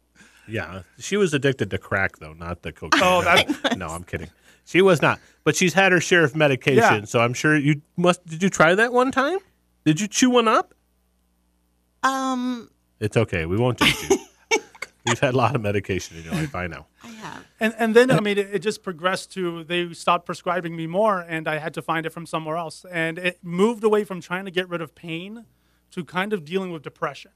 Speaker 2: yeah, she was addicted to crack though, not the cocaine.
Speaker 5: Oh,
Speaker 2: no, no, I'm kidding. She was not, but she's had her share of medication,
Speaker 5: Yeah.
Speaker 2: so I'm sure you must. Did you try that one time? Did you chew one up?
Speaker 4: um,
Speaker 2: It's okay, we won't judge you. You've had a lot of medication in your life, I know.
Speaker 4: I have.
Speaker 5: And and then I mean it, it just progressed to they stopped prescribing me more and I had to find it from somewhere else. And it moved away from trying to get rid of pain to kind of dealing with depression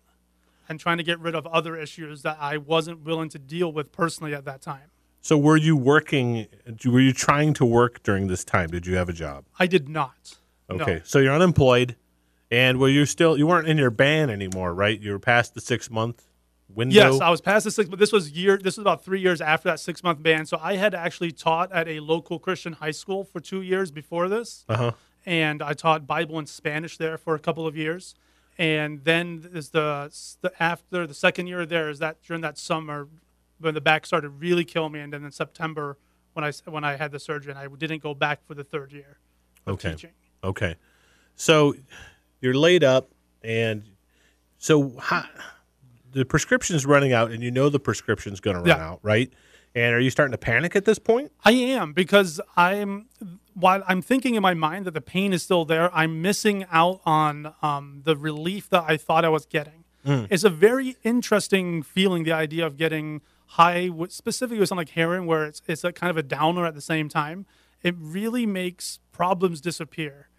Speaker 5: and trying to get rid of other issues that I wasn't willing to deal with personally at that time.
Speaker 2: So were you working? Were you trying to work during this time? Did you have a job?
Speaker 5: I did not. No.
Speaker 2: Okay, so you're unemployed, and were you still? You weren't in your ban anymore, right? You were past the six month window.
Speaker 5: Yes, I was past the six, but this was year. This was about three years after that six month ban. So I had actually taught at a local Christian high school for two years before this,
Speaker 2: Uh-huh.
Speaker 5: and I taught Bible and Spanish there for a couple of years. And then is the, the after the second year there is that during that summer when the back started really killing me, and then in September when I s- when I had the surgery, and I didn't go back for the third year of
Speaker 2: Okay.
Speaker 5: teaching.
Speaker 2: Okay, so you're laid up, and so how, the prescription's running out, and you know the prescription's going to run
Speaker 5: Yeah.
Speaker 2: out, right? And are you starting to panic at this point?
Speaker 5: I am because I'm while I'm thinking in my mind that the pain is still there, I'm missing out on um, the relief that I thought I was getting. It's a very interesting feeling, the idea of getting high, with- specifically with something like heroin, where it's it's a kind of a downer at the same time. It really makes problems disappear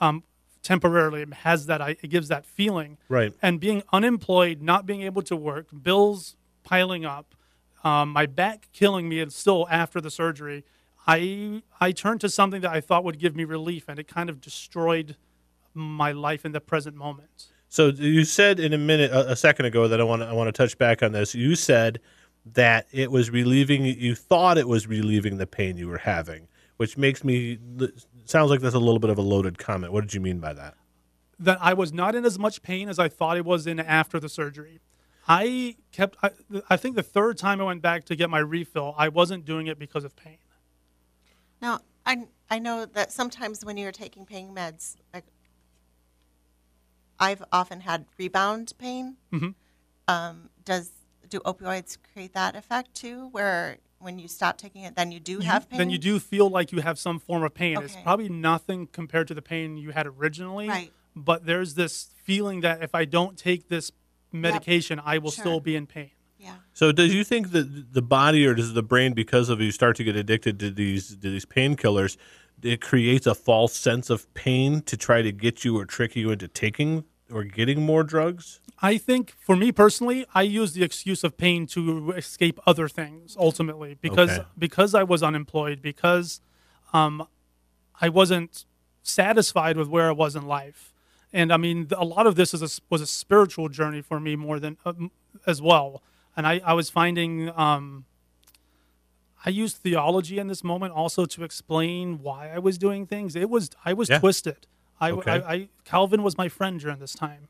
Speaker 5: um, temporarily. It has that it gives that feeling,
Speaker 2: Right.
Speaker 5: and being unemployed, not being able to work, bills piling up, um, my back killing me, and still after the surgery, I I turned to something that I thought would give me relief, and it kind of destroyed my life in the present moment.
Speaker 2: So you said in a minute, a, a second ago, that I want to I want to touch back on this. You said that it was relieving. You thought it was relieving the pain you were having, which makes me sounds like that's a little bit of a loaded comment. What did you mean by that?
Speaker 5: that I was not in as much pain as I thought I was in after the surgery. I kept, I, I think the third time I went back to get my refill, I wasn't doing it because of pain.
Speaker 4: Now, I I know that sometimes when you're taking pain meds, like I've often had rebound pain. Um, does do opioids create that effect too, where when you stop taking it, then you do have pain?
Speaker 5: Mm-hmm. Then you do feel like you have some form of pain. It's
Speaker 4: Okay.
Speaker 5: probably nothing compared to the pain you had originally.
Speaker 4: Right.
Speaker 5: But there's this feeling that if I don't take this medication, I will
Speaker 4: Sure.
Speaker 5: still be in pain.
Speaker 4: Yeah.
Speaker 2: So, does you think that the body or does the brain, because of you start to get addicted to these to these painkillers, it creates a false sense of pain to try to get you or trick you into taking or getting more drugs?
Speaker 5: I think for me personally, I use the excuse of pain to escape other things ultimately because
Speaker 2: Okay.
Speaker 5: because I was unemployed because um, I wasn't satisfied with where I was in life, and I mean th- a lot of this is a s was a spiritual journey for me more than um, as well, and I I was finding. Um, I used theology in this moment also to explain why I was doing things. It was I was
Speaker 2: Yeah.
Speaker 5: twisted. I,
Speaker 2: Okay.
Speaker 5: I, I Calvin was my friend during this time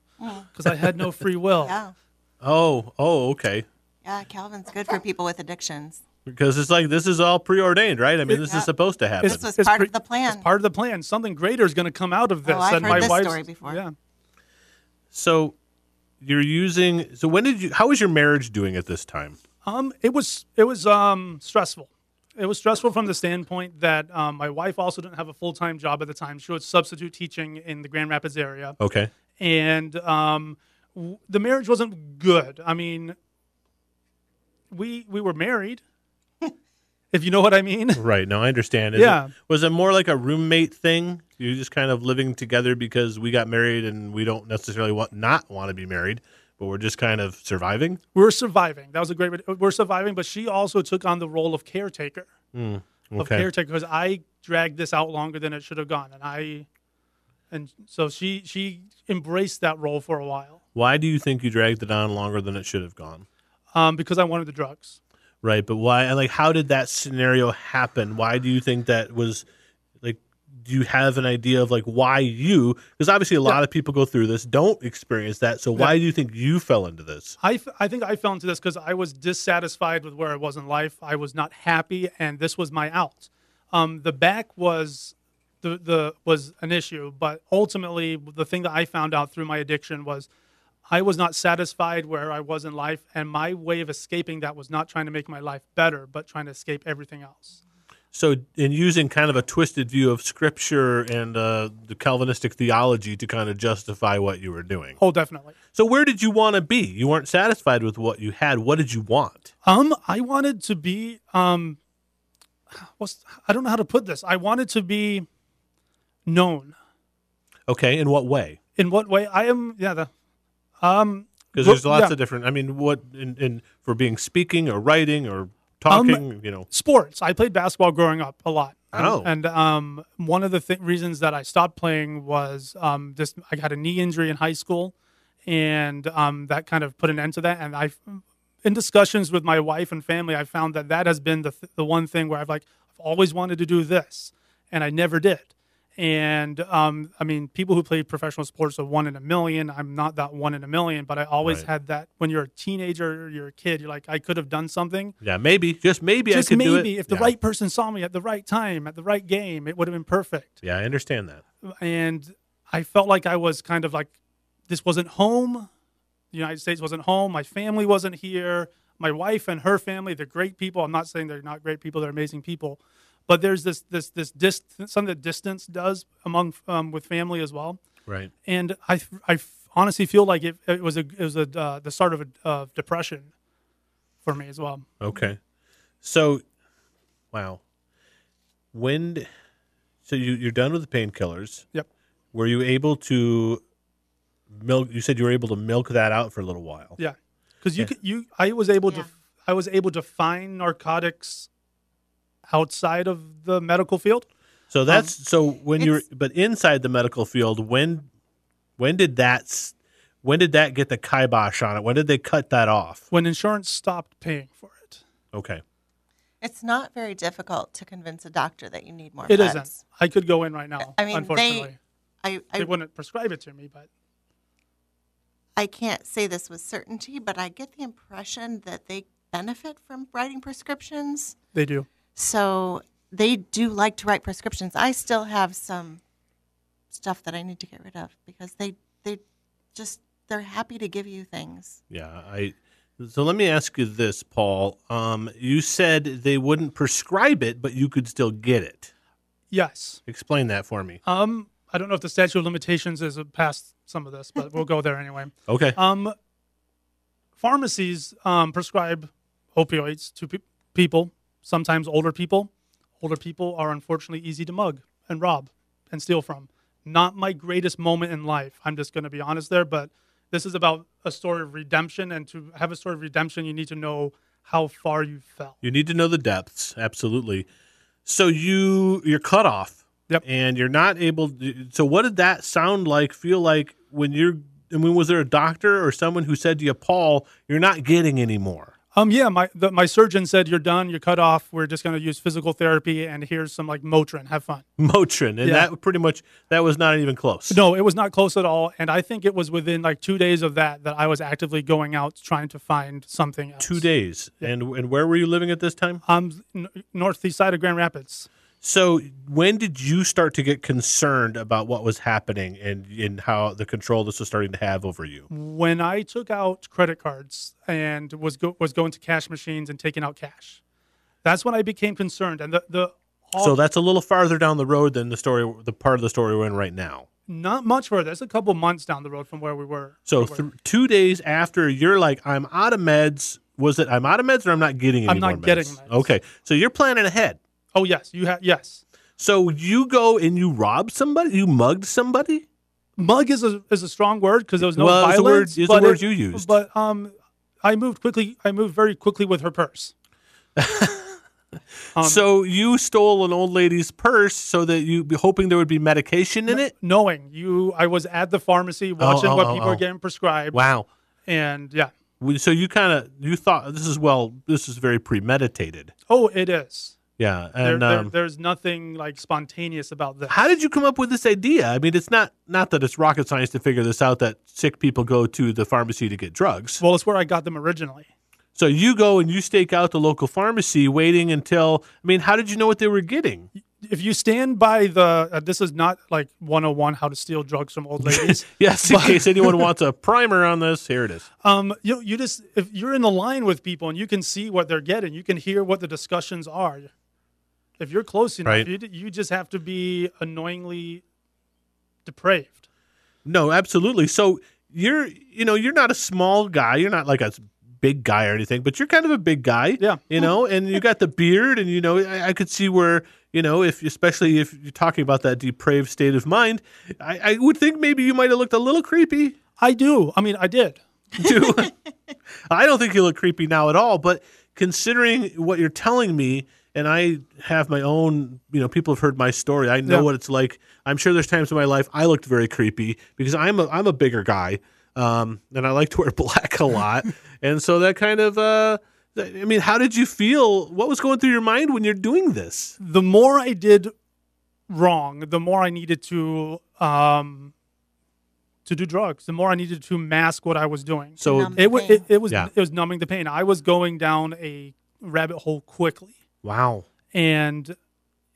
Speaker 5: because I had no free will.
Speaker 4: Oh. Yeah.
Speaker 2: Oh, oh, okay.
Speaker 4: Yeah. Calvin's good for people with addictions.
Speaker 2: Because it's like this is all preordained, right? I mean, this
Speaker 4: Yeah.
Speaker 2: is supposed to happen.
Speaker 4: This was
Speaker 5: It's
Speaker 4: part
Speaker 5: pre-
Speaker 4: of the plan. Oh,
Speaker 5: It's part of the plan. Something greater is going to come out of this.
Speaker 4: I've
Speaker 5: and
Speaker 4: heard
Speaker 5: my
Speaker 4: this
Speaker 5: wife's-
Speaker 4: story before.
Speaker 5: Yeah,
Speaker 2: So, you're using. So, when did you? How was your marriage doing at this time?
Speaker 5: um, it was it was um stressful. It was stressful from the standpoint that um, my wife also didn't have a full time job at the time. She was substitute teaching in the Grand Rapids area,
Speaker 2: Okay.
Speaker 5: and um, w- the marriage wasn't good. I mean, we we were married, if you know what I mean.
Speaker 2: Right. No, I understand. Is
Speaker 5: Yeah.
Speaker 2: It, was it more like a roommate thing? You just kind of living together because we got married and we don't necessarily want not want to be married, but we're just kind of surviving.
Speaker 5: We're surviving. That was a great. way to- We're surviving, but she also took on the role of caretaker. of
Speaker 2: Okay.
Speaker 5: caretaker because I dragged this out longer than it should have gone, and I, and so she she embraced that role for a while
Speaker 2: Why do you think you dragged it on longer than it should have gone?
Speaker 5: um, because I wanted the drugs.
Speaker 2: Right. But why? and, Like, how did that scenario happen? Why do you think that was like? Do you have an idea of like why you? Because obviously a lot of people go through this, don't experience that. So why do you think you fell into this?
Speaker 5: I, f- I think I fell into this because I was dissatisfied with where I was in life. I was not happy, and this was my out. Um, the back was the the was an issue, but ultimately the thing that I found out through my addiction was I was not satisfied where I was in life, and my way of escaping that was not trying to make my life better, but trying to escape everything else.
Speaker 2: So, in using kind of a twisted view of scripture and uh, the Calvinistic theology to kind of justify what you were doing.
Speaker 5: Oh, definitely.
Speaker 2: So, where did you want to be? You weren't satisfied with what you had. What did you want?
Speaker 5: Um, I wanted to be um, what's I don't know how to put this. I wanted to be known.
Speaker 2: Okay, in what way?
Speaker 5: In what way? I am. Yeah. The,
Speaker 2: Because
Speaker 5: Well,
Speaker 2: there's lots
Speaker 5: yeah.
Speaker 2: of different. I mean, what in, in for being speaking or writing or
Speaker 5: Um,
Speaker 2: talking? you know,
Speaker 5: sports. I played basketball growing up a lot. And-
Speaker 2: Oh.
Speaker 5: And, um, one of the th- reasons that I stopped playing was um, just I had a knee injury in high school, and um, that kind of put an end to that. And I, in discussions with my wife and family, I found that that has been the th- the one thing where I've like I've always wanted to do this, and I never did. And um, I mean, people who play professional sports are one in a million. I'm not that one in a million, but I always
Speaker 2: Right.
Speaker 5: had that. When you're a teenager, or you're a kid, you're like, I could have done something
Speaker 2: yeah, maybe just maybe I
Speaker 5: just
Speaker 2: could do it.
Speaker 5: maybe if the
Speaker 2: yeah.
Speaker 5: right person saw me at the right time at the right game it would have been perfect
Speaker 2: Yeah, I understand that.
Speaker 5: and i felt like i was kind of like this wasn't home the united states wasn't home my family wasn't here my wife and her family they're great people i'm not saying they're not great people they're amazing people but there's this this this dist- something that distance does among um, with family as well
Speaker 2: Right.
Speaker 5: and i i honestly feel like it, it was a it was a uh, the start of a of depression for me as well
Speaker 2: Okay. So, wow. When? d- So you you're done with the painkillers.
Speaker 5: yep
Speaker 2: were you able to milk you said you were able to milk that out for a little while
Speaker 5: Yeah, because you could- you I was able
Speaker 4: Yeah.
Speaker 5: to I was able to find narcotics outside of the medical field.
Speaker 2: so that's
Speaker 5: Um,
Speaker 2: so when you're
Speaker 4: it's-
Speaker 2: but inside the medical field when when did that s- when did that get the kibosh on it when did they cut that off
Speaker 5: When insurance stopped paying for it,
Speaker 2: okay
Speaker 4: It's not very difficult to convince a doctor that you need more.
Speaker 5: It
Speaker 4: meds.
Speaker 5: not I could go in right now.
Speaker 4: I mean, they-
Speaker 5: unfortunately,
Speaker 4: I,
Speaker 5: they,
Speaker 4: I,
Speaker 5: wouldn't prescribe it to me, but
Speaker 4: I can't say this with certainty, but I get the impression that they benefit from writing prescriptions.
Speaker 5: they do.
Speaker 4: So they do like to write prescriptions. I still have some stuff that I need to get rid of because they they just they're happy to give you things.
Speaker 2: Yeah, I. So let me ask you this, Paul. Um, you said they wouldn't prescribe it, but you could still get it.
Speaker 5: Yes.
Speaker 2: Explain that for me.
Speaker 5: Um, I don't know if the statute of limitations is past some of this, but we'll go there anyway.
Speaker 2: Okay.
Speaker 5: Um, pharmacies um, prescribe opioids to pe- people, sometimes older people. Older people are unfortunately easy to mug and rob and steal from. Not my greatest moment in life. I'm just going to be honest there, but this is about a story of redemption. And to have a story of redemption, you need to know how far you fell.
Speaker 2: You need to know the depths, absolutely. So you you're cut off,
Speaker 5: Yep.
Speaker 2: and you're not able. To, so what did that sound like? Feel like when you're? I mean, was there a doctor or someone who said to you, Paul, you're not getting anymore?
Speaker 5: Um, yeah, my the, my surgeon said you're done, you're cut off. We're just going to use physical therapy, and here's some like Motrin. Have fun.
Speaker 2: Motrin, and
Speaker 5: Yeah.
Speaker 2: that pretty much that was not even close.
Speaker 5: No, it was not close at all, and I think it was within like two days of that that I was actively going out trying to find something else.
Speaker 2: two days, and and where were you living at this time?
Speaker 5: Um, n- northeast side of Grand Rapids.
Speaker 2: So when did you start to get concerned about what was happening and and how the control this was starting to have over you?
Speaker 5: When I took out credit cards and was go- was going to cash machines and taking out cash, that's when I became concerned. And the the all,
Speaker 2: So that's a little farther down the road than the story, the part of the story we're in right now.
Speaker 5: not much further. That's a couple months down the road from where we were.
Speaker 2: So
Speaker 5: we were.
Speaker 2: th- two days after you're like, I'm out of meds. Was it I'm out of meds or I'm not getting any
Speaker 5: I'm not
Speaker 2: more meds?
Speaker 5: getting meds.
Speaker 2: Okay, so you're planning ahead.
Speaker 5: oh yes, you had yes.
Speaker 2: So you go and you rob somebody, you mugged somebody.
Speaker 5: mug is a is a strong word because there was no
Speaker 2: Well, it's a word-
Speaker 5: violence.
Speaker 2: it's a
Speaker 5: but
Speaker 2: word you used.
Speaker 5: But um, I moved quickly. I moved very quickly with her purse. Um,
Speaker 2: so you stole an old lady's purse so that you hoping there would be medication in it.
Speaker 5: knowing you, I was at the pharmacy watching
Speaker 2: oh,
Speaker 5: what
Speaker 2: oh,
Speaker 5: people
Speaker 2: oh.
Speaker 5: are getting prescribed,
Speaker 2: Wow.
Speaker 5: and yeah.
Speaker 2: We- So you kind of you thought this is well, this is very premeditated.
Speaker 5: Oh, it is.
Speaker 2: Yeah,
Speaker 5: There,
Speaker 2: and
Speaker 5: there-
Speaker 2: um,
Speaker 5: there's nothing like spontaneous about this.
Speaker 2: How did you come up with this idea? I mean, it's not not that it's rocket science to figure this out that sick people go to the pharmacy to get drugs.
Speaker 5: Well, it's where I got them originally.
Speaker 2: So you go and you stake out the local pharmacy, waiting until. I mean, how did you know what they were getting?
Speaker 5: If you stand by the, uh, this is not like 101 how to steal drugs from old ladies.
Speaker 2: Yes, in case anyone wants a primer on this, here it is.
Speaker 5: Um, you you just if you're in the line with people and you can see what they're getting, you can hear what the discussions are. If you're close enough,
Speaker 2: Right.
Speaker 5: you d- you just have to be annoyingly depraved.
Speaker 2: No, absolutely. So you're you know you're not a small guy. You're not like a s- big guy or anything, but you're kind of a big guy.
Speaker 5: Yeah.
Speaker 2: You know, and you got the beard, and you know I, I could see where you know if especially if you're talking about that depraved state of mind, I, I would think maybe you might have looked a little creepy.
Speaker 5: I do. I mean, I did.
Speaker 2: too. I don't think you look creepy now at all, but considering what you're telling me, and I have my own, you know, people have heard my story. I know
Speaker 5: Yeah.
Speaker 2: what it's like. I'm sure there's times in my life I looked very creepy because I'm a I'm a bigger guy, um, and I like to wear black a lot, and so that kind of. Uh, th- I mean, how did you feel? What was going through your mind when you're doing this?
Speaker 5: The more I did wrong, the more I needed to um to do drugs. The more I needed to mask what I was doing.
Speaker 2: So
Speaker 4: numb.
Speaker 5: It was
Speaker 4: Pain.
Speaker 5: it, it was
Speaker 2: Yeah.
Speaker 5: it was numbing the pain. I was going down a rabbit hole quickly.
Speaker 2: wow,
Speaker 5: and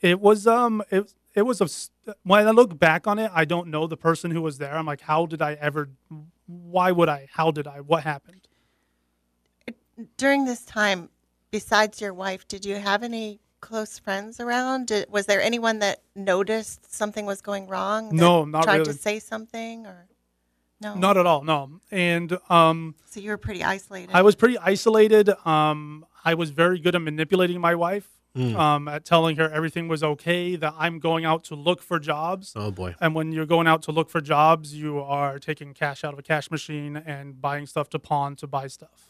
Speaker 5: it was um it it was a s- when I look back on it, I don't know the person who was there. I'm like, how did I ever? Why would I? How did I? What happened?
Speaker 4: During this time, besides your wife, did you have any close friends around? Did, was there anyone that noticed something was going wrong? that
Speaker 5: No, not
Speaker 4: tried
Speaker 5: really.
Speaker 4: to say something or no.
Speaker 5: Not at all. No. And um,
Speaker 4: so you were pretty isolated.
Speaker 5: I was pretty isolated. Um, I was very good at manipulating my wife.
Speaker 2: Mm.
Speaker 5: Um, at telling her everything was okay, that I'm going out to look for jobs.
Speaker 2: oh boy,
Speaker 5: And when you're going out to look for jobs, you are taking cash out of a cash machine and buying stuff to pawn to buy stuff.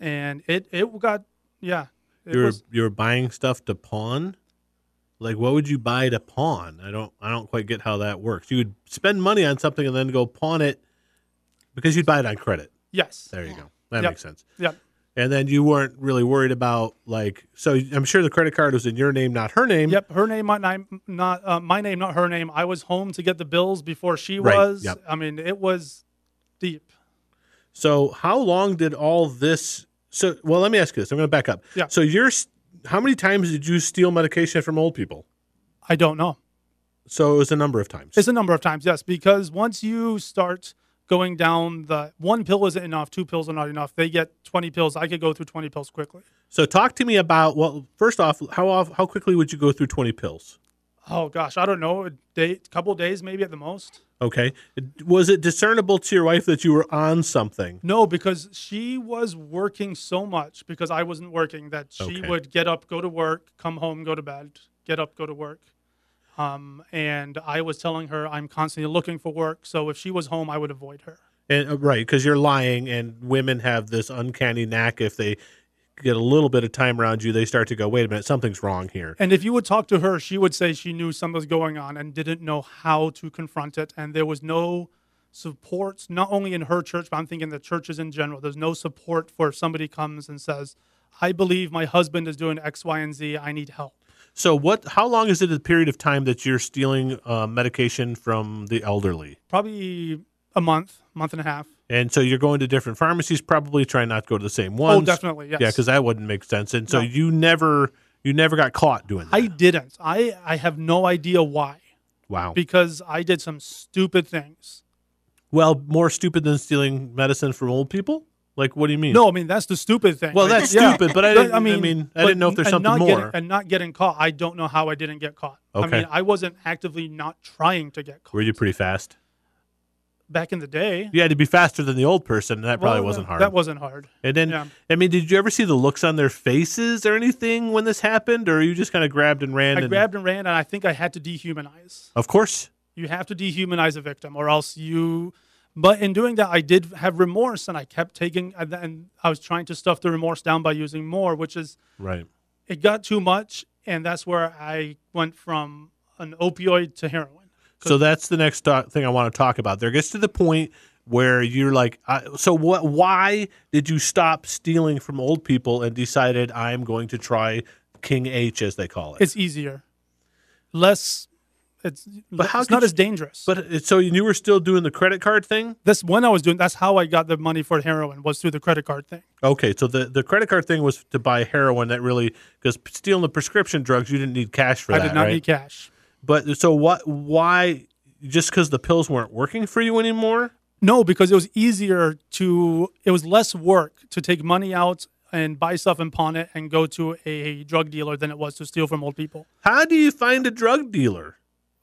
Speaker 5: And it it got yeah. It
Speaker 2: you were
Speaker 5: was,
Speaker 2: you were buying stuff to pawn. Like, what would you buy to pawn? I don't I don't quite get how that works. You would spend money on something and then go pawn it because you'd buy it on credit.
Speaker 5: yes.
Speaker 2: There you go. That
Speaker 5: Yep.
Speaker 2: makes sense.
Speaker 5: Yep.
Speaker 2: And then you weren't really worried about like. So I'm sure the credit card was in your name, not her name.
Speaker 5: Yep. Her name, my name, not uh, my name, not her name. I was home to get the bills before she
Speaker 2: Right,
Speaker 5: was.
Speaker 2: yep.
Speaker 5: I mean, it was deep.
Speaker 2: So how long did all this? So well, let me ask you this. I'm going to back up.
Speaker 5: Yeah.
Speaker 2: So you're s- how many times did you steal medication from old people?
Speaker 5: I don't know.
Speaker 2: So it was a number of times.
Speaker 5: It's a number of times, yes, because once you start going down the one pill isn't enough, two pills are not enough. They get 20 pills. I could go through 20 pills quickly.
Speaker 2: So talk to me about well, first off, how off, how quickly would you go through twenty pills?
Speaker 5: Oh gosh, I don't know. A day, couple days maybe at the most.
Speaker 2: Okay, was it discernible to your wife that you were on something?
Speaker 5: No, because she was working so much because I wasn't working that she
Speaker 2: Okay.
Speaker 5: would get up, go to work, come home, go to bed, get up, go to work. Um, and I was telling her I'm constantly looking for work, so if she was home, I would avoid her.
Speaker 2: And uh, right, because you're lying, and women have this uncanny knack. If they get a little bit of time around you, they start to go, "Wait a minute, something's wrong here."
Speaker 5: And if you would talk to her, she would say she knew something was going on and didn't know how to confront it. And there was no support, not only in her church, but I'm thinking the churches in general. There's no support for if somebody comes and says, I believe my husband is doing X, Y, and Z. I need help.
Speaker 2: So what? How long is it a period of time that you're stealing uh, medication from the elderly?
Speaker 5: Probably a month, month and a half.
Speaker 2: And so you're going to different pharmacies, probably try not to go to the same ones.
Speaker 5: Oh, definitely, yes.
Speaker 2: Yeah, because that wouldn't make sense. And so
Speaker 5: No.
Speaker 2: you never you never got caught doing that.
Speaker 5: I didn't. I, I have no idea why
Speaker 2: wow.
Speaker 5: because I did some stupid things.
Speaker 2: well, more stupid than stealing medicine from old people? Like, what do you mean?
Speaker 5: No, I mean, that's the stupid thing.
Speaker 2: Well,
Speaker 5: Like,
Speaker 2: that's
Speaker 5: yeah.
Speaker 2: stupid, but I,
Speaker 5: But,
Speaker 2: didn't, I mean, I,
Speaker 5: but-
Speaker 2: didn't know if there's
Speaker 5: and
Speaker 2: something
Speaker 5: not
Speaker 2: more.
Speaker 5: getting- and not getting caught, I don't know how I didn't get caught. I
Speaker 2: Okay.
Speaker 5: mean, I wasn't actively not trying to get caught.
Speaker 2: Were you pretty fast?
Speaker 5: back in the day?
Speaker 2: You had to be faster than the old person, and that probably
Speaker 5: Well,
Speaker 2: wasn't
Speaker 5: that-
Speaker 2: hard.
Speaker 5: That wasn't hard.
Speaker 2: and then,
Speaker 5: yeah.
Speaker 2: I mean, did you ever see the looks on their faces or anything when this happened, or you just kind of grabbed and ran?
Speaker 5: I
Speaker 2: and,
Speaker 5: grabbed and ran, and I think I had to dehumanize.
Speaker 2: Of course.
Speaker 5: You have to dehumanize a victim, or else you. But in doing that, I did have remorse, and I kept taking, and then I was trying to stuff the remorse down by using more, which is
Speaker 2: Right.
Speaker 5: it got too much, and that's where I went from an opioid to heroin.
Speaker 2: So that's the next to- thing I want to talk about. There gets to the point where you're like, I, so what? Why did you stop stealing from old people and decided I'm going to try King H as they call it?
Speaker 5: It's easier, less. It's,
Speaker 2: how
Speaker 5: it's
Speaker 2: could
Speaker 5: not
Speaker 2: you-
Speaker 5: as dangerous.
Speaker 2: but it, so you were still doing the credit card thing.
Speaker 5: that's when I was doing. That's how I got the money for heroin was through the credit card thing.
Speaker 2: Okay, so the, the credit card thing was to buy heroin. That really because stealing the prescription drugs, you didn't need cash for
Speaker 5: I
Speaker 2: that,
Speaker 5: did not
Speaker 2: right?
Speaker 5: need cash.
Speaker 2: but so what? Why? Just because the pills weren't working for you anymore?
Speaker 5: No, because it was easier to. It was less work to take money out and buy stuff and pawn it and go to a drug dealer than it was to steal from old people.
Speaker 2: How do you find a drug dealer?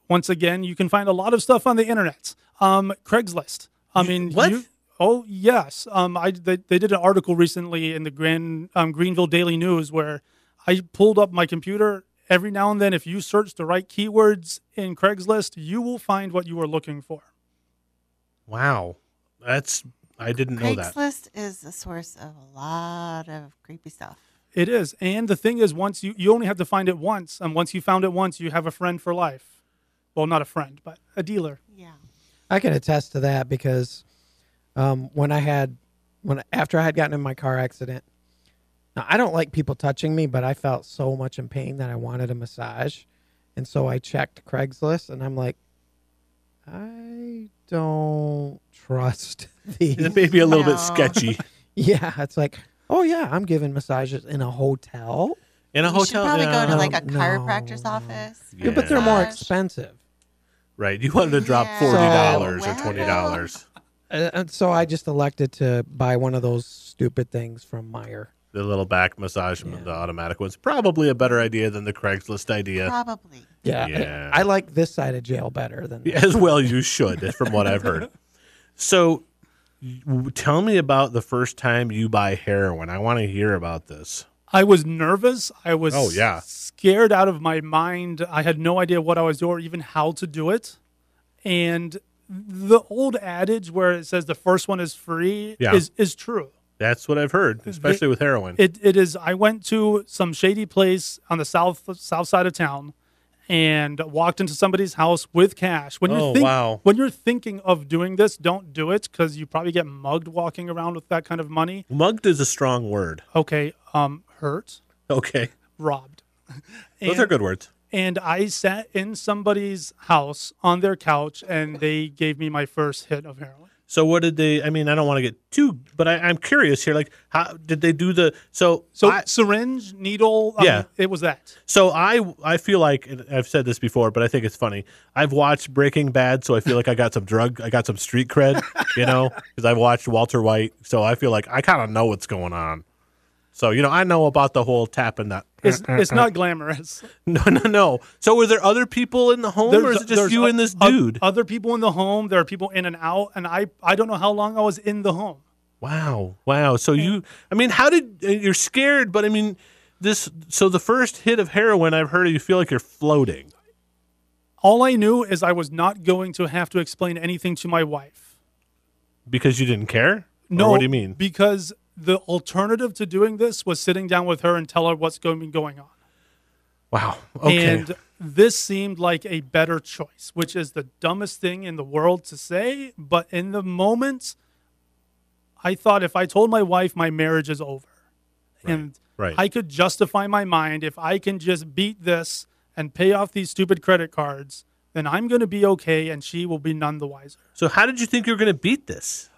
Speaker 5: Once again, you can find a lot of stuff on the internet. Um, Craigslist. I mean,
Speaker 2: what?
Speaker 5: you- oh yes. Um, I they, they did an article recently in the Grand um, Greenville Daily News where I pulled up my computer every now and then. If you search the right keywords in Craigslist, you will find what you are looking for.
Speaker 2: Wow, that's I didn't know that.
Speaker 4: Craigslist is the source of a lot of creepy stuff.
Speaker 5: It is. And the thing is, once you, you only have to find it once. And once you found it once, you have a friend for life. Well, not a friend, but a dealer.
Speaker 4: Yeah.
Speaker 3: I can attest to that because um, when I had when after I had gotten in my car accident, now I don't like people touching me, but I felt so much in pain that I wanted a massage, and so I checked Craigslist, and I'm like, I don't trust
Speaker 2: It
Speaker 3: these.
Speaker 2: may be a little bit
Speaker 4: No.
Speaker 2: sketchy
Speaker 3: yeah, it's like, oh yeah, I'm giving massages in a hotel,
Speaker 2: in a
Speaker 4: You should
Speaker 2: hotel.
Speaker 4: probably
Speaker 2: yeah.
Speaker 4: go to like a
Speaker 3: No,
Speaker 4: chiropractor's
Speaker 3: no.
Speaker 4: office. for
Speaker 3: Yeah, but they're more
Speaker 4: massage.
Speaker 3: expensive.
Speaker 2: right. You wanted to drop
Speaker 4: Yeah.
Speaker 2: forty dollars or
Speaker 4: So-
Speaker 2: twenty dollars.
Speaker 3: Uh, and so I just elected to buy one of those stupid things from Meyer.
Speaker 2: The little back massage, and the automatic one's probably a better idea than the Craigslist idea.
Speaker 4: Probably.
Speaker 3: Yeah, I-
Speaker 2: Yeah.
Speaker 3: I, like this side of jail better than that.
Speaker 2: As well, you should, from what I've heard. So, w- tell me about the first time you buy heroin. I want to hear about this.
Speaker 5: I was nervous. I was
Speaker 2: Oh, yeah.
Speaker 5: scared out of my mind. I had no idea what I was doing or even how to do it. And the old adage where it says the first one is free
Speaker 2: Yeah.
Speaker 5: is, is true.
Speaker 2: That's what I've heard, especially with heroin.
Speaker 5: It, it is. I went to some shady place on the south south side of town, and walked into somebody's house with cash. When
Speaker 2: Oh,
Speaker 5: you think,
Speaker 2: wow.
Speaker 5: when you're thinking of doing this, don't do it because you probably get mugged walking around with that kind of money.
Speaker 2: Mugged is a strong word.
Speaker 5: Okay, um, hurt,
Speaker 2: Okay,
Speaker 5: robbed.
Speaker 2: those
Speaker 5: And-
Speaker 2: are good words.
Speaker 5: And I sat in somebody's house on their couch, and they gave me my first hit of heroin.
Speaker 2: So what did they? I mean, I don't want to get too, but I, I'm curious here. Like, how did they do the? So
Speaker 5: So
Speaker 2: I,
Speaker 5: syringe, needle. um,
Speaker 2: Yeah.
Speaker 5: it was that.
Speaker 2: so I I feel like and I've said this before, but I think it's funny. I've watched Breaking Bad, so I feel like I got some drug, I got some street cred, you know, because I've watched Walter White, so I feel like I kind of know what's going on. So you know, I know about the whole tapping that.
Speaker 5: It's, it's not glamorous.
Speaker 2: No, no, no. So were there other people in the home, or is it just
Speaker 5: there's
Speaker 2: you
Speaker 5: o-
Speaker 2: and this
Speaker 5: o-
Speaker 2: dude?
Speaker 5: Other people in the home. There are people in and out, and I I don't know how long I was in the home.
Speaker 2: Wow. Wow. So you, I mean, how did, uh, you're scared, but I mean, this, so the first hit of heroin I've heard of, you feel like you're floating.
Speaker 5: All I knew is I was not going to have to explain anything to my wife.
Speaker 2: Because you didn't care?
Speaker 5: No,
Speaker 2: Or what do you mean?
Speaker 5: Because the alternative to doing this was sitting down with her and tell her what's going to be going on.
Speaker 2: Wow. Okay.
Speaker 5: And this seemed like a better choice, which is the dumbest thing in the world to say. But in the moment, I thought if I told my wife my marriage is over, and
Speaker 2: right.
Speaker 5: I could justify my mind if I can just beat this and pay off these stupid credit cards, then I'm going to be okay and she will be none the wiser.
Speaker 2: so how did you think you were going to beat this?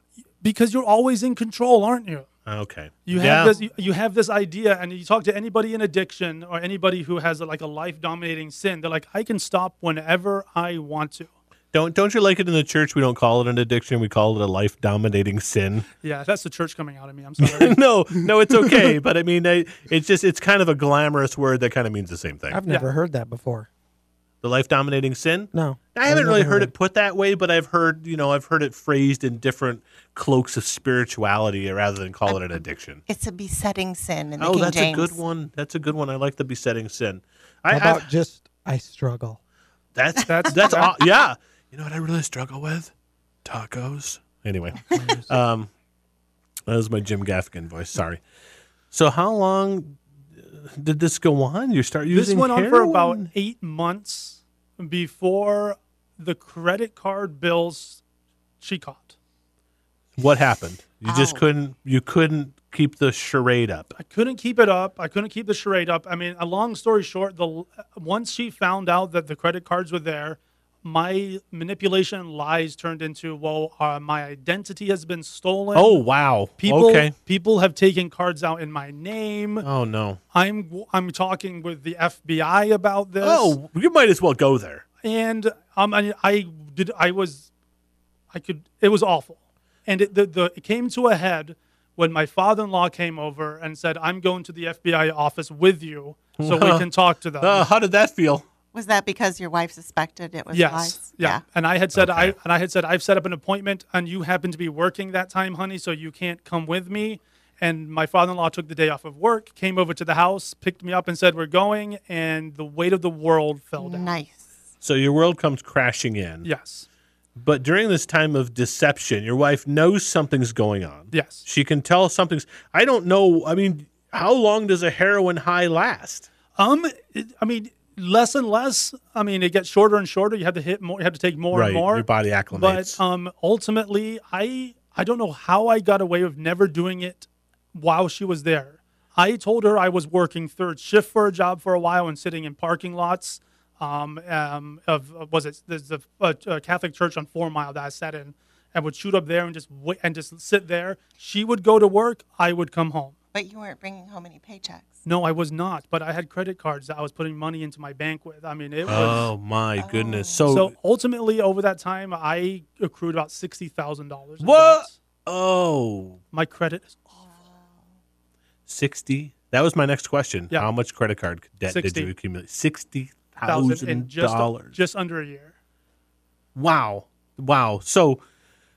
Speaker 5: Because you're always in control, aren't you?
Speaker 2: Okay.
Speaker 5: You
Speaker 2: Yeah.
Speaker 5: have this. You, you have this idea, and you talk to anybody in addiction or anybody who has like a life-dominating sin. They're like, I can stop whenever I want to.
Speaker 2: Don't, don't you like it in the church? We don't call it an addiction. We call it a life dominating sin.
Speaker 5: Yeah, that's the church coming out of me. I'm sorry.
Speaker 2: no, no, it's okay. but I mean, I, it's just, it's kind of a glamorous word that kind of means the same thing.
Speaker 3: I've never heard that before.
Speaker 2: the life dominating sin?
Speaker 3: No,
Speaker 2: I haven't really heard
Speaker 3: it.
Speaker 2: it put that way, but I've heard, you know, I've heard it phrased in different cloaks of spirituality rather than call it an addiction.
Speaker 4: It's a besetting sin in the
Speaker 2: Oh,
Speaker 4: King
Speaker 2: that's
Speaker 4: James.
Speaker 2: a good one. That's a good one. I like the besetting sin.
Speaker 3: How
Speaker 2: I,
Speaker 3: about
Speaker 2: I
Speaker 3: just I struggle?
Speaker 2: that's that's
Speaker 5: That's-
Speaker 2: that's aw-
Speaker 5: that-
Speaker 2: yeah. You know what I really struggle with? Tacos. Anyway, um, that was my Jim Gaffigan voice. Sorry. So how long uh, did this go on? You start
Speaker 5: this
Speaker 2: using
Speaker 5: went on for about
Speaker 2: heroin?
Speaker 5: eight months before the credit card bills she caught.
Speaker 2: what happened? You just
Speaker 4: Ow.
Speaker 2: couldn't. You couldn't keep the charade up.
Speaker 5: I couldn't keep it up. I couldn't keep the charade up. I mean, a long story short, the once she found out that the credit cards were there, my manipulation and lies turned into, well, uh, my identity has been stolen.
Speaker 2: Oh wow!
Speaker 5: people,
Speaker 2: okay.
Speaker 5: people have taken cards out in my name.
Speaker 2: Oh no!
Speaker 5: I'm I'm talking with the FBI about this.
Speaker 2: Oh, you might as well go there.
Speaker 5: and um, I, I did. I was, I could. It was awful, and it the, the it came to a head when my father-in-law came over and said, "I'm going to the FBI office with you, so we can talk to them."
Speaker 2: Uh, how did that feel?
Speaker 4: Was that because your wife suspected it was
Speaker 5: yes,
Speaker 4: lies?
Speaker 5: yeah. And I had said, I
Speaker 2: Okay.
Speaker 5: and I had said, I've set up an appointment, and you happen to be working that time, honey, so you can't come with me. And my father-in-law took the day off of work, came over to the house, picked me up, and said, "We're going." And the weight of the world fell down.
Speaker 4: Nice.
Speaker 2: So your world comes crashing in.
Speaker 5: Yes,
Speaker 2: But during this time of deception, your wife knows something's going on.
Speaker 5: yes.
Speaker 2: She can tell something's. I don't know. I mean, how long does a heroin high last?
Speaker 5: Um, it, I mean, less and less. I mean, it gets shorter and shorter. You have to hit more. You have to take more and more.
Speaker 2: Your body
Speaker 5: but
Speaker 2: acclimates.
Speaker 5: um, ultimately, I I don't know how I got away with never doing it while she was there. I told her I was working third shift for a job for a while and sitting in parking lots. Um, um, of was it there's a, a, a Catholic church on Four Mile that I sat in, and would shoot up there and just wait, and just sit there. She would go to work. I would come home.
Speaker 4: But you weren't bringing home any paychecks.
Speaker 5: No, I was not. But I had credit cards that I was putting money into my bank with. I mean, it was.
Speaker 2: oh my goodness. So,
Speaker 5: Oh. So ultimately, over that time, I accrued about sixty thousand dollars.
Speaker 2: What? oh,
Speaker 5: My credit is
Speaker 2: 60. That was my next question.
Speaker 5: Yeah.
Speaker 2: How much credit card debt
Speaker 5: Sixty.
Speaker 2: did you accumulate? Sixty
Speaker 5: thousand in
Speaker 2: thousand
Speaker 5: just
Speaker 2: dollars.
Speaker 5: just under a year.
Speaker 2: Wow. Wow. So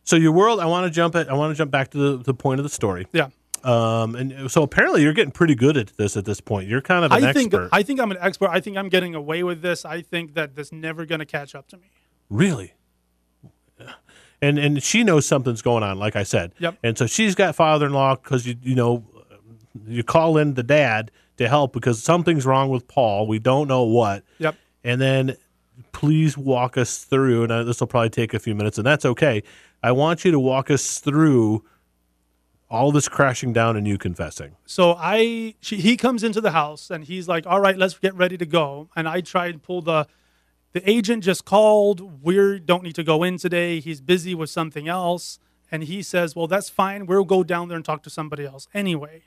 Speaker 2: so your world I want to jump at I want to jump back to the, the point of the story.
Speaker 5: Yeah,
Speaker 2: Um and so apparently you're getting pretty good at this at this point. You're kind of an
Speaker 5: I think
Speaker 2: expert.
Speaker 5: I think I'm an expert. I think I'm getting away with this. I think that this never gonna catch up to me.
Speaker 2: really. And and she knows something's going on like I said.
Speaker 5: Yep.
Speaker 2: And so she's got father-in-law cuz you you know you call in the dad to help because something's wrong with Paul. We don't know what.
Speaker 5: Yep.
Speaker 2: and then please walk us through and I, this will probably take a few minutes and that's okay i want you to walk us through all this crashing down and you confessing
Speaker 5: So I she, he comes into the house and he's like, "All right, let's get ready to go." And I try and pull the the agent just called. We don't need to go in today. He's busy with something else. And he says, Well, that's fine. We'll go down there and talk to somebody else anyway.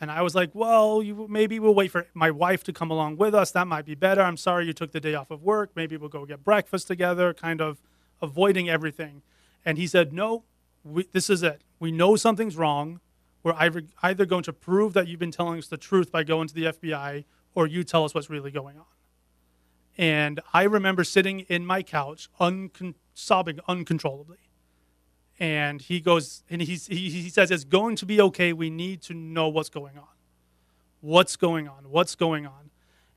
Speaker 5: And I was like, Well, you, maybe we'll wait for my wife to come along with us. That might be better. I'm sorry you took the day off of work. Maybe we'll go get breakfast together, kind of avoiding everything. And he said, No, we, this is it. We know something's wrong. We're either, either going to prove that you've been telling us the truth by going to the FBI or you tell us what's really going on. And I remember sitting in my couch, uncon- sobbing uncontrollably. And he goes, and he's, he, he says, It's going to be okay. We need to know what's going on. What's going on? What's going on?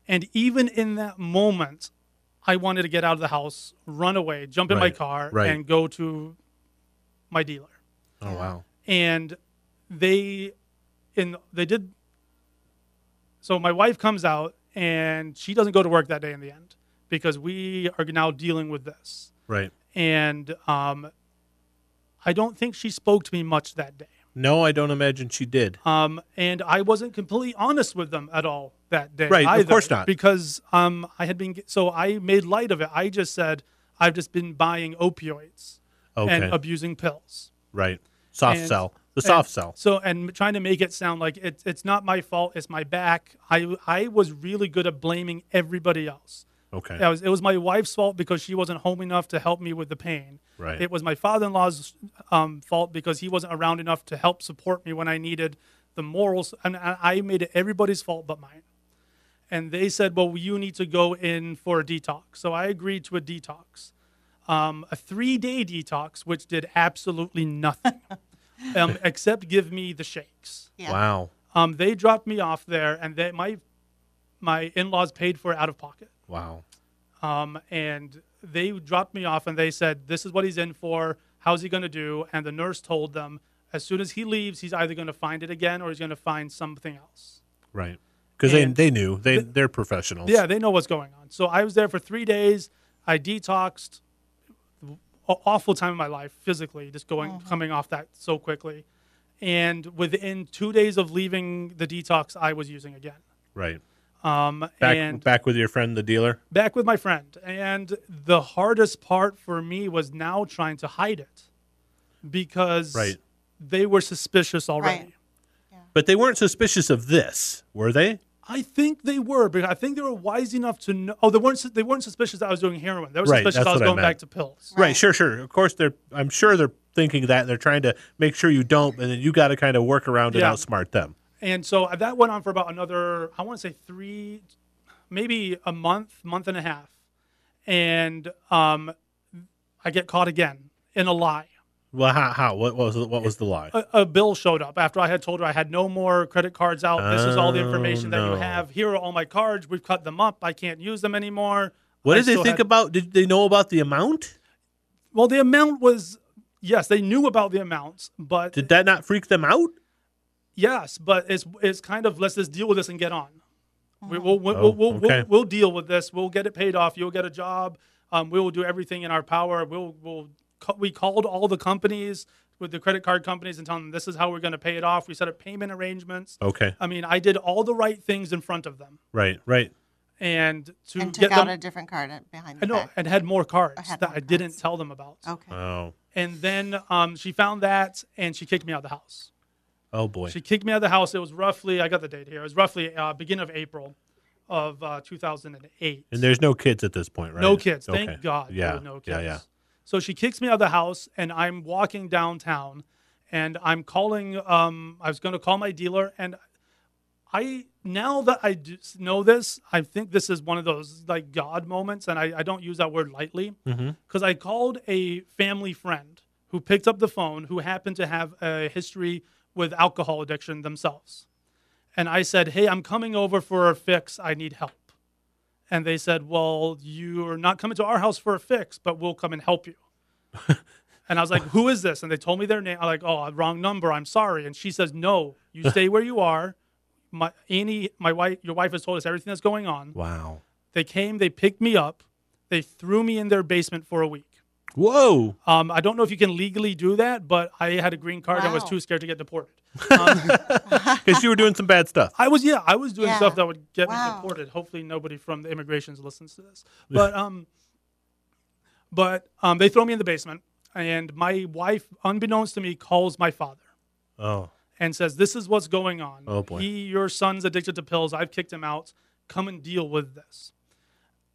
Speaker 5: And even in that moment, I wanted to get out of the house, run away, jump in my
Speaker 2: Right,
Speaker 5: car,
Speaker 2: right.
Speaker 5: and go to my dealer
Speaker 2: Oh wow.
Speaker 5: and they in they did so my wife comes out and she doesn't go to work that day in the end because we are now dealing with this
Speaker 2: Right.
Speaker 5: and um, i don't think she spoke to me much that day
Speaker 2: No, I don't imagine she did.
Speaker 5: um, and i wasn't completely honest with them at all that day
Speaker 2: Right, of
Speaker 5: either,
Speaker 2: course not.
Speaker 5: because um, i had been so i made light of it i just said i've just been buying opioids
Speaker 2: Okay.
Speaker 5: and abusing pills
Speaker 2: right. Soft
Speaker 5: and-
Speaker 2: sell. The
Speaker 5: and
Speaker 2: soft sell.
Speaker 5: So and trying to make it sound like it's it's not my fault. It's my back. I I was really good at blaming everybody else.
Speaker 2: Okay.
Speaker 5: I was, it was my wife's fault because she wasn't home enough to help me with the pain.
Speaker 2: Right.
Speaker 5: It was my father-in-law's um, fault because he wasn't around enough to help support me when I needed the morals. And I I made it everybody's fault but mine. And they said, "Well, you need to go in for a detox." So I agreed to a detox, um, a three-day detox, which did absolutely nothing um, except give me the shakes.
Speaker 4: Yeah.
Speaker 2: Wow.
Speaker 5: Um, they dropped me off there, and they, my my in-laws paid for it out of pocket
Speaker 2: Wow.
Speaker 5: um, and they dropped me off and they said this is what he's in for how's he going to do and the nurse told them as soon as he leaves he's either going to find it again or he's going to find something else
Speaker 2: Right. Because they,
Speaker 5: And-
Speaker 2: they knew they they're professionals.
Speaker 5: yeah they know what's going on so i was there for three days i detoxed A- awful time in my life physically just going coming off that so quickly and within two days of leaving the detox i was using again
Speaker 2: Right.
Speaker 5: um,
Speaker 2: Back
Speaker 5: and
Speaker 2: back with your friend the dealer.
Speaker 5: back with my friend. And the hardest part for me was now trying to hide it because
Speaker 2: Right.
Speaker 5: they were suspicious already.
Speaker 4: Right.
Speaker 2: But they weren't suspicious of this, were they?
Speaker 5: I think they were, but I think they were wise enough to know. Oh, they weren't. su- They weren't suspicious that I was doing heroin. They were
Speaker 2: Right,
Speaker 5: suspicious
Speaker 2: that's
Speaker 5: I was
Speaker 2: what I
Speaker 5: going
Speaker 2: meant.
Speaker 5: back to pills.
Speaker 2: Right. Sure. Sure. Of course, they're. I'm sure they're thinking that and they're trying to make sure you don't, and then you got to kind of work around
Speaker 5: Yeah.
Speaker 2: and outsmart them.
Speaker 5: And so that went on for about another, I want to say three, maybe a month, month and a half. And um, I get caught again in a lie.
Speaker 2: Well, how? how what, was what was the lie?
Speaker 5: a, a bill showed up after I had told her I had no more credit cards out. This is all the information
Speaker 2: Oh,
Speaker 5: that
Speaker 2: no.
Speaker 5: you have. Here are all my cards. We've cut them up. I can't use them anymore.
Speaker 2: What
Speaker 5: I
Speaker 2: did they
Speaker 5: still
Speaker 2: think
Speaker 5: had-
Speaker 2: about? Did they know about the amount?
Speaker 5: Well, the amount was yes, they knew about the amounts, but
Speaker 2: Did that not freak them out?
Speaker 5: yes, but it's it's kind of let's just deal with this and get on. We, we'll, we'll,
Speaker 2: Oh,
Speaker 5: we'll,
Speaker 2: okay.
Speaker 5: we'll, we'll deal with this. We'll get it paid off. You'll get a job. Um, we will do everything in our power. We'll, we'll, ca- we called all the companies with the credit card companies and telling them this is how we're going to pay it off. We set up payment arrangements.
Speaker 2: Okay.
Speaker 5: I mean, I did all the right things in front of them,
Speaker 2: Right. Right.
Speaker 5: and to
Speaker 4: And took
Speaker 5: get
Speaker 4: out
Speaker 5: them,
Speaker 4: a different card at- behind
Speaker 5: I
Speaker 4: the
Speaker 5: know,
Speaker 4: back.
Speaker 5: and had more cards
Speaker 4: I had
Speaker 5: that
Speaker 4: more
Speaker 5: I didn't
Speaker 4: cards.
Speaker 5: tell them about.
Speaker 4: Okay.
Speaker 2: Oh.
Speaker 5: And then um, she found that, and she kicked me out of the house.
Speaker 2: Oh boy.
Speaker 5: She kicked me out of the house. It was roughly, I got the date here. It was roughly uh, beginning of April of uh, 2008.
Speaker 2: and there's no kids at this point, right?
Speaker 5: No kids.
Speaker 2: Okay.
Speaker 5: Thank God. there
Speaker 2: Yeah.
Speaker 5: were no kids.
Speaker 2: Yeah. Yeah.
Speaker 5: So she kicks me out of the house, and I'm walking downtown, and I'm calling. Um, I was going to call my dealer, and I now that I do know this, I think this is one of those like God moments, and I, I don't use that word lightly because
Speaker 2: Mm-hmm.
Speaker 5: I called a family friend who picked up the phone who happened to have a history with alcohol addiction themselves, and I said, "Hey, I'm coming over for a fix. I need help." And they said, Well, you're not coming to our house for a fix, but we'll come and help you. and I was like, Who is this? And they told me their name. I'm like, Oh, wrong number. I'm sorry. And she says, No, you stay where you are. My Annie, my wife, your wife has told us everything that's going on.
Speaker 2: Wow.
Speaker 5: They came, they picked me up, they threw me in their basement for a week.
Speaker 2: Whoa.
Speaker 5: Um, I don't know if you can legally do that, but I had a green card and was
Speaker 4: Wow.
Speaker 5: too scared to get deported. Um,
Speaker 2: Because you were doing some bad stuff.
Speaker 5: I was yeah, I was doing
Speaker 4: Yeah.
Speaker 5: stuff that would get me
Speaker 4: Wow.
Speaker 5: deported. Hopefully nobody from the immigrations listens to this. But um but um they throw me in the basement and my wife, unbeknownst to me, calls my father
Speaker 2: Oh,
Speaker 5: and says, "This is what's going on.
Speaker 2: Oh, boy.
Speaker 5: He, your son's addicted to pills. I've kicked him out. Come and deal with this."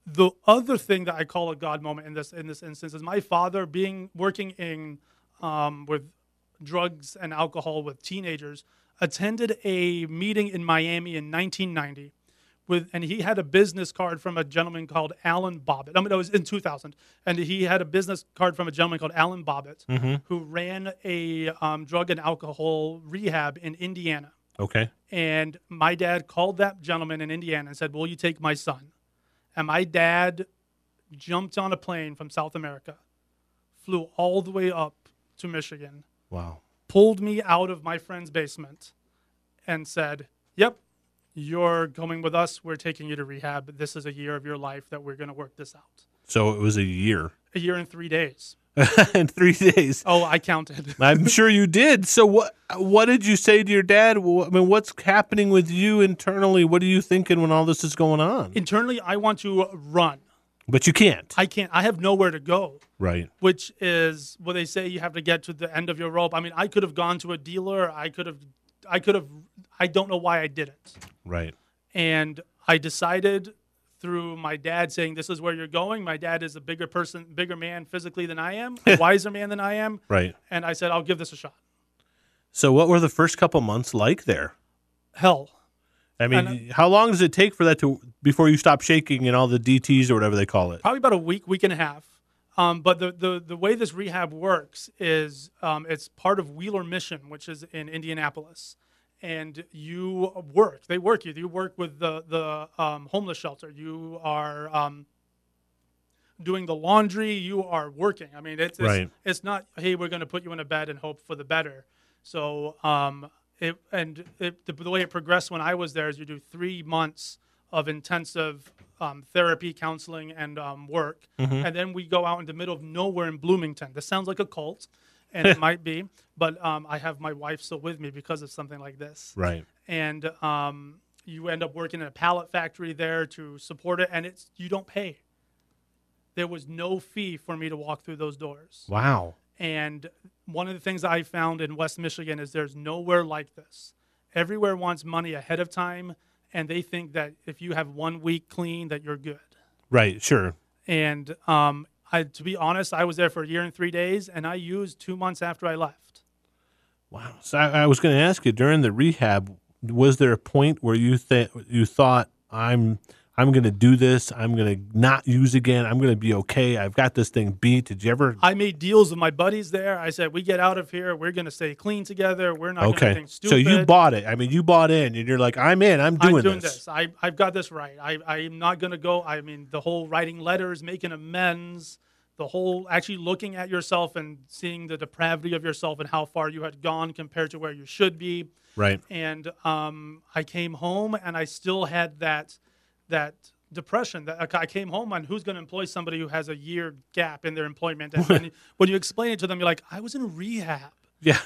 Speaker 5: The other thing that I call a God moment in this in this instance is my father being working in um, with drugs and alcohol with teenagers attended a meeting in Miami in 1990 with and he had a business card from a gentleman called Alan Bobbitt. I mean, it was in 2000, and he had a business card from a gentleman called Alan Bobbitt, who ran a um, drug and alcohol rehab in Indiana.
Speaker 2: okay.
Speaker 5: And my dad called that gentleman in Indiana and said, "Will you take my son?" And my dad jumped on a plane from South America, flew all the way up to Michigan,
Speaker 2: Wow.
Speaker 5: pulled me out of my friend's basement and said, Yep, you're coming with us. We're taking you to rehab. This is a year of your life that we're going to work this out.
Speaker 2: So it was a year
Speaker 5: A year and three days.
Speaker 2: and three days.
Speaker 5: Oh, I counted.
Speaker 2: I'm sure you did. So what? What did you say to your dad? Wh- I mean, what's happening with you internally? What are you thinking when all this is going on?
Speaker 5: Internally, I want to run.
Speaker 2: But you can't.
Speaker 5: I can't, I have nowhere to go,
Speaker 2: right.
Speaker 5: which is what they say you have to get to the end of your rope. I mean, I could have gone to a dealer. I could have, I could have, I don't know why I didn't.
Speaker 2: Right.
Speaker 5: and I decided through my dad saying this is where you're going. My dad is a bigger person, bigger man physically than I am, a wiser man than I am,
Speaker 2: Right.
Speaker 5: and I said I'll give this a shot.
Speaker 2: So what were the first couple months like there?
Speaker 5: Hell,
Speaker 2: I mean,
Speaker 5: And,
Speaker 2: how long does it take for that to before you stop shaking and all the DTS or whatever they call it?
Speaker 5: probably about a week, week and a half. Um, but the, the the way this rehab works is um, it's part of Wheeler Mission, which is in Indianapolis, and you work. They work you. You work with the the um, homeless shelter. You are um, doing the laundry. You are working. I mean, it's it's,
Speaker 2: Right.
Speaker 5: it's not hey we're going to put you in a bed and hope for the better. So um, it and it, the, the way it progressed when I was there is you do three months of intensive um, therapy, counseling, and um, work, and then we go out in the middle of nowhere in Bloomington. This sounds like a cult, and it might be, but um, I have my wife still with me because of something like this
Speaker 2: Right.
Speaker 5: and um, you end up working in a pallet factory there to support it, and it's you don't pay. There was no fee for me to walk through those doors.
Speaker 2: Wow.
Speaker 5: And one of the things I found in West Michigan is there's nowhere like this. Everywhere wants money ahead of time, and they think that if you have one week clean, that you're good.
Speaker 2: Right. Sure.
Speaker 5: And um, I, to be honest, I was there for a year and three days, and I used two months after I left.
Speaker 2: Wow. So I, I was going to ask you during the rehab, was there a point where you th- you thought I'm I'm going to do this, I'm going to not use again, I'm going to be okay, I've got this thing beat. Did you ever?
Speaker 5: I made deals with my buddies there. I said, "We get out of here. We're gonna stay clean together. We're not gonna do
Speaker 2: okay.
Speaker 5: anything stupid."
Speaker 2: So you bought it. I mean, you bought in, and you're like, I'm in. I'm doing,
Speaker 5: I'm doing this. I, I've got this right. I, I'm not going to go. I mean, the whole writing letters, making amends, the whole actually looking at yourself and seeing the depravity of yourself and how far you had gone compared to where you should be.
Speaker 2: Right.
Speaker 5: And um, I came home and I still had that that depression. That I came home on who's going to employ somebody who has a year gap in their employment. And when, you, when you explain it to them, you're like, I was in rehab.
Speaker 2: Yeah.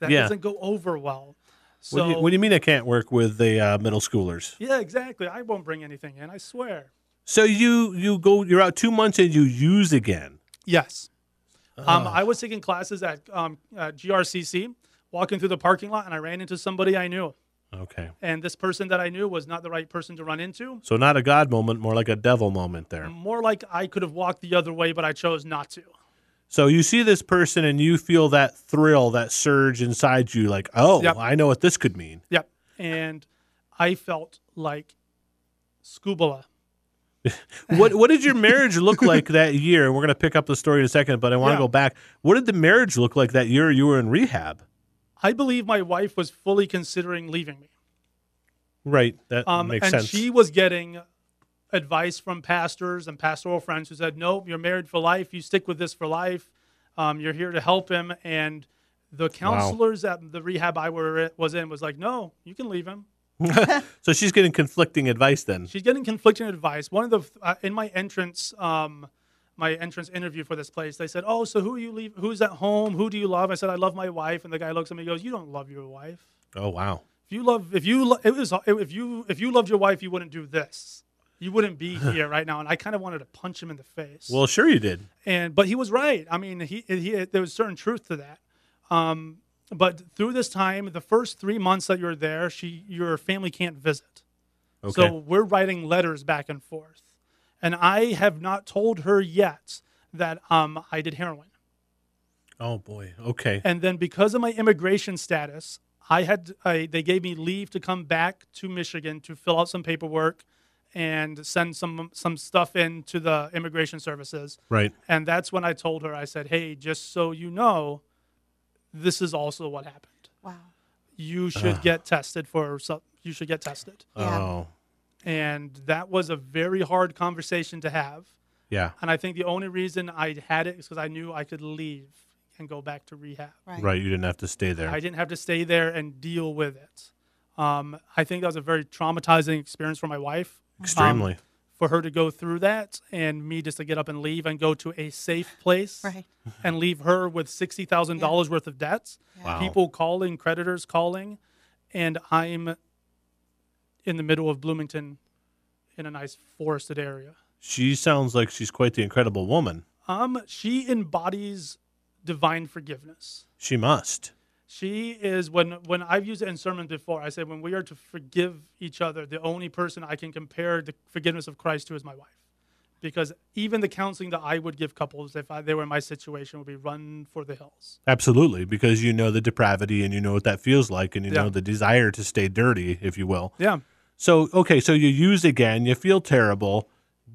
Speaker 5: That
Speaker 2: Yeah.
Speaker 5: doesn't go over well. So
Speaker 2: what, do you, what do you mean I can't work with the uh, middle schoolers?
Speaker 5: yeah, exactly. I won't bring anything in. I swear.
Speaker 2: So you you go you're out two months and you use again.
Speaker 5: Yes. Um,
Speaker 2: Ah.
Speaker 5: I was taking classes at, um, at GRCC, walking through the parking lot, and I ran into somebody I knew.
Speaker 2: Okay.
Speaker 5: And this person that I knew was not the right person to run into.
Speaker 2: So not a God moment, more like a devil moment there.
Speaker 5: More like I could have walked the other way, but I chose not to.
Speaker 2: So you see this person and you feel that thrill, that surge inside you, like, oh,
Speaker 5: Yep.
Speaker 2: I know what this could mean.
Speaker 5: Yep. And I felt like scuba.
Speaker 2: What what did your marriage look like that year? And we're gonna pick up the story in a second, but I want to
Speaker 5: Yeah.
Speaker 2: go back. What did the marriage look like that year you were in rehab?
Speaker 5: I believe my wife was fully considering leaving me.
Speaker 2: Right. That
Speaker 5: Um,
Speaker 2: makes
Speaker 5: and
Speaker 2: sense.
Speaker 5: she was getting advice from pastors and pastoral friends who said, "No, you're married for life. You stick with this for life. Um, you're here to help him." And the counselors at the rehab I were was in was like, "No, you can leave him."
Speaker 2: so she's getting conflicting advice then.
Speaker 5: She's getting conflicting advice. One of the uh, in my entrance, um, my entrance interview for this place, they said, "Oh, so who are you leave? Who's at home? Who do you love?" I said, "I love my wife." And the guy looks at me, and goes, "You don't love your wife.
Speaker 2: Oh wow.
Speaker 5: If you love, if you lo- it was, if you if you loved your wife, you wouldn't do this." You wouldn't be here right now." And I kind of wanted to punch him in the face.
Speaker 2: Well, sure you did.
Speaker 5: and but he was right. I mean, he, he there was certain truth to that. Um, but through this time, the first three months that you're there, she your family can't visit.
Speaker 2: Okay.
Speaker 5: So we're writing letters back and forth, and I have not told her yet that um, I did heroin.
Speaker 2: oh boy. Okay.
Speaker 5: And then because of my immigration status, I had I, they gave me leave to come back to Michigan to fill out some paperwork and send some some stuff in to the immigration services.
Speaker 2: Right.
Speaker 5: And that's when I told her, I said, hey, just so you know, this is also what happened.
Speaker 4: Wow.
Speaker 5: You should get tested for, so- you should get tested.
Speaker 4: Yeah.
Speaker 2: Oh.
Speaker 5: And that was a very hard conversation to have.
Speaker 2: Yeah.
Speaker 5: And I think the only reason I had it is because I knew I could leave and go back to rehab.
Speaker 4: Right.
Speaker 2: Right. You didn't have to stay there.
Speaker 5: I um, didn't have to stay there and deal with it. Um, I think that was a very traumatizing experience for my wife. um,
Speaker 2: Extremely.
Speaker 5: for her to go through that and me just to get up and leave and go to a safe place
Speaker 4: Right.
Speaker 5: and leave her with sixty thousand dollars worth of debts.
Speaker 2: Wow.
Speaker 5: People calling, creditors calling, and I'm in the middle of Bloomington in a nice forested area.
Speaker 2: she sounds like she's quite the incredible woman.
Speaker 5: Um, she embodies divine forgiveness.
Speaker 2: She must.
Speaker 5: She is when when I've used it in sermons before. I said when we are to forgive each other, the only person I can compare the forgiveness of Christ to is my wife, because even the counseling that I would give couples if I, they were in my situation would be run for the hills.
Speaker 2: Absolutely, because you know the depravity and you know what that feels like and you
Speaker 5: Yeah.
Speaker 2: know the desire to stay dirty, if you will.
Speaker 5: Yeah.
Speaker 2: So, okay, so you use again, you feel terrible.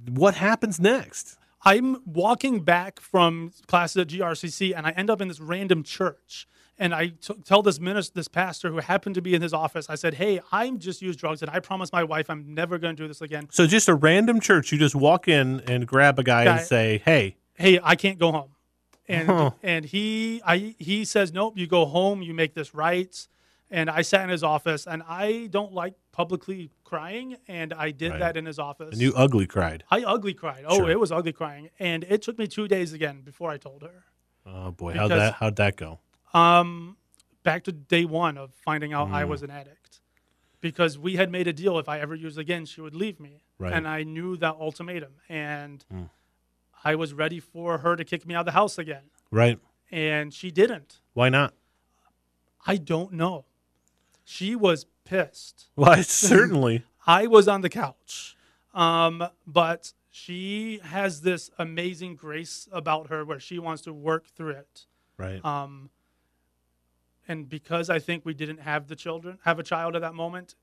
Speaker 2: What happens next?
Speaker 5: I'm walking back from classes at GRCC, and I end up in this random church. And I t- tell this minister, this pastor who happened to be in his office, I said, "Hey, I'm just used drugs, and I promised my wife I'm never going to do this again.
Speaker 2: So, just a random church, you just walk in and grab a guy
Speaker 5: Guy.
Speaker 2: and say, "Hey,
Speaker 5: hey, I can't go home. And
Speaker 2: Huh.
Speaker 5: and he I he says, Nope, you go home, you make this right. And I sat in his office and I don't like publicly crying and I did
Speaker 2: Right.
Speaker 5: that in his office.
Speaker 2: and you ugly cried."
Speaker 5: I ugly cried. Oh,
Speaker 2: Sure.
Speaker 5: it was ugly crying. And it took me two days again before I told her.
Speaker 2: Oh boy, how'd
Speaker 5: Because-
Speaker 2: that how'd that go?
Speaker 5: Um back to day one of finding out
Speaker 2: Mm.
Speaker 5: I was an addict. Because we had made a deal if I ever used again, she would leave me.
Speaker 2: Right. Mm.
Speaker 5: And I knew that ultimatum. And I was ready for her to kick me out of the house again.
Speaker 2: Right?
Speaker 5: and she didn't.
Speaker 2: Why not?
Speaker 5: I don't know. She was pissed.
Speaker 2: Why certainly.
Speaker 5: I was on the couch. Um, but she has this amazing grace about her where she wants to work through it.
Speaker 2: Right.
Speaker 5: Um, and because I think we didn't have the children, have a child at that moment,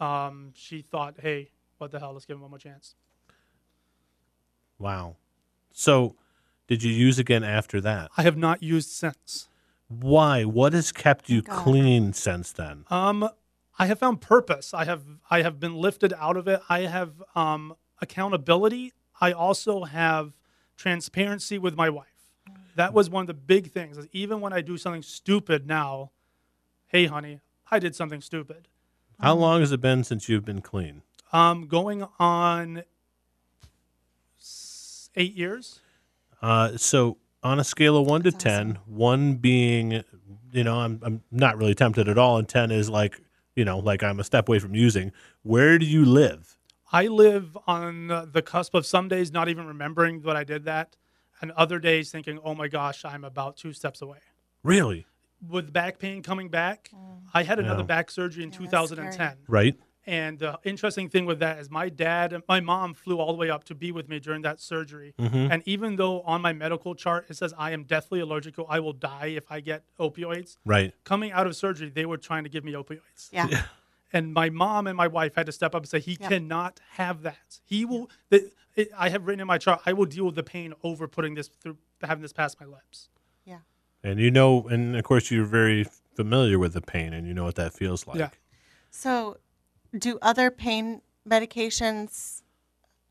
Speaker 5: um, she thought, hey, what the hell? Let's give him one more chance.
Speaker 2: Wow. So, did you use again after that?
Speaker 5: I have not used since.
Speaker 2: Why? What has kept you
Speaker 4: God.
Speaker 2: clean since then?
Speaker 5: Um, I have found purpose. I have I have been lifted out of it. I have um, accountability. I also have transparency with my wife. That was one of the big things. Is even when I do something stupid now, hey honey, I did something stupid.
Speaker 2: How long has it been since you've been clean?
Speaker 5: Um, going on s- eight years.
Speaker 2: Uh, so on a scale of one to ten, one being, you know, I'm I'm not really tempted at all, and ten is like, you know, like I'm a step away from using. Where do you live?
Speaker 5: I live on the cusp of some days not even remembering that I did that, and other days thinking, oh my gosh, I'm about two steps away.
Speaker 2: Really?
Speaker 5: with back pain coming back, I had another
Speaker 2: Yeah.
Speaker 5: back surgery in
Speaker 4: Mm. that's
Speaker 5: 2010.
Speaker 2: Right?
Speaker 5: And the interesting thing with that is my dad and my mom flew all the way up to be with me during that surgery. And even though on my medical chart it says I am deathly allergic, I will die if I get opioids,
Speaker 2: Right.
Speaker 5: coming out of surgery, they were trying to give me opioids.
Speaker 4: Yeah.
Speaker 5: And my mom and my wife had to step up and say, he
Speaker 4: Yeah.
Speaker 5: cannot have that. He will, the, it, I have written in my chart, I will deal with the pain over putting this through, having this pass my lips.
Speaker 4: Yeah.
Speaker 2: And you know, and of course you're very familiar with the pain, and you know what that feels like.
Speaker 5: Yeah.
Speaker 4: So, do other pain medications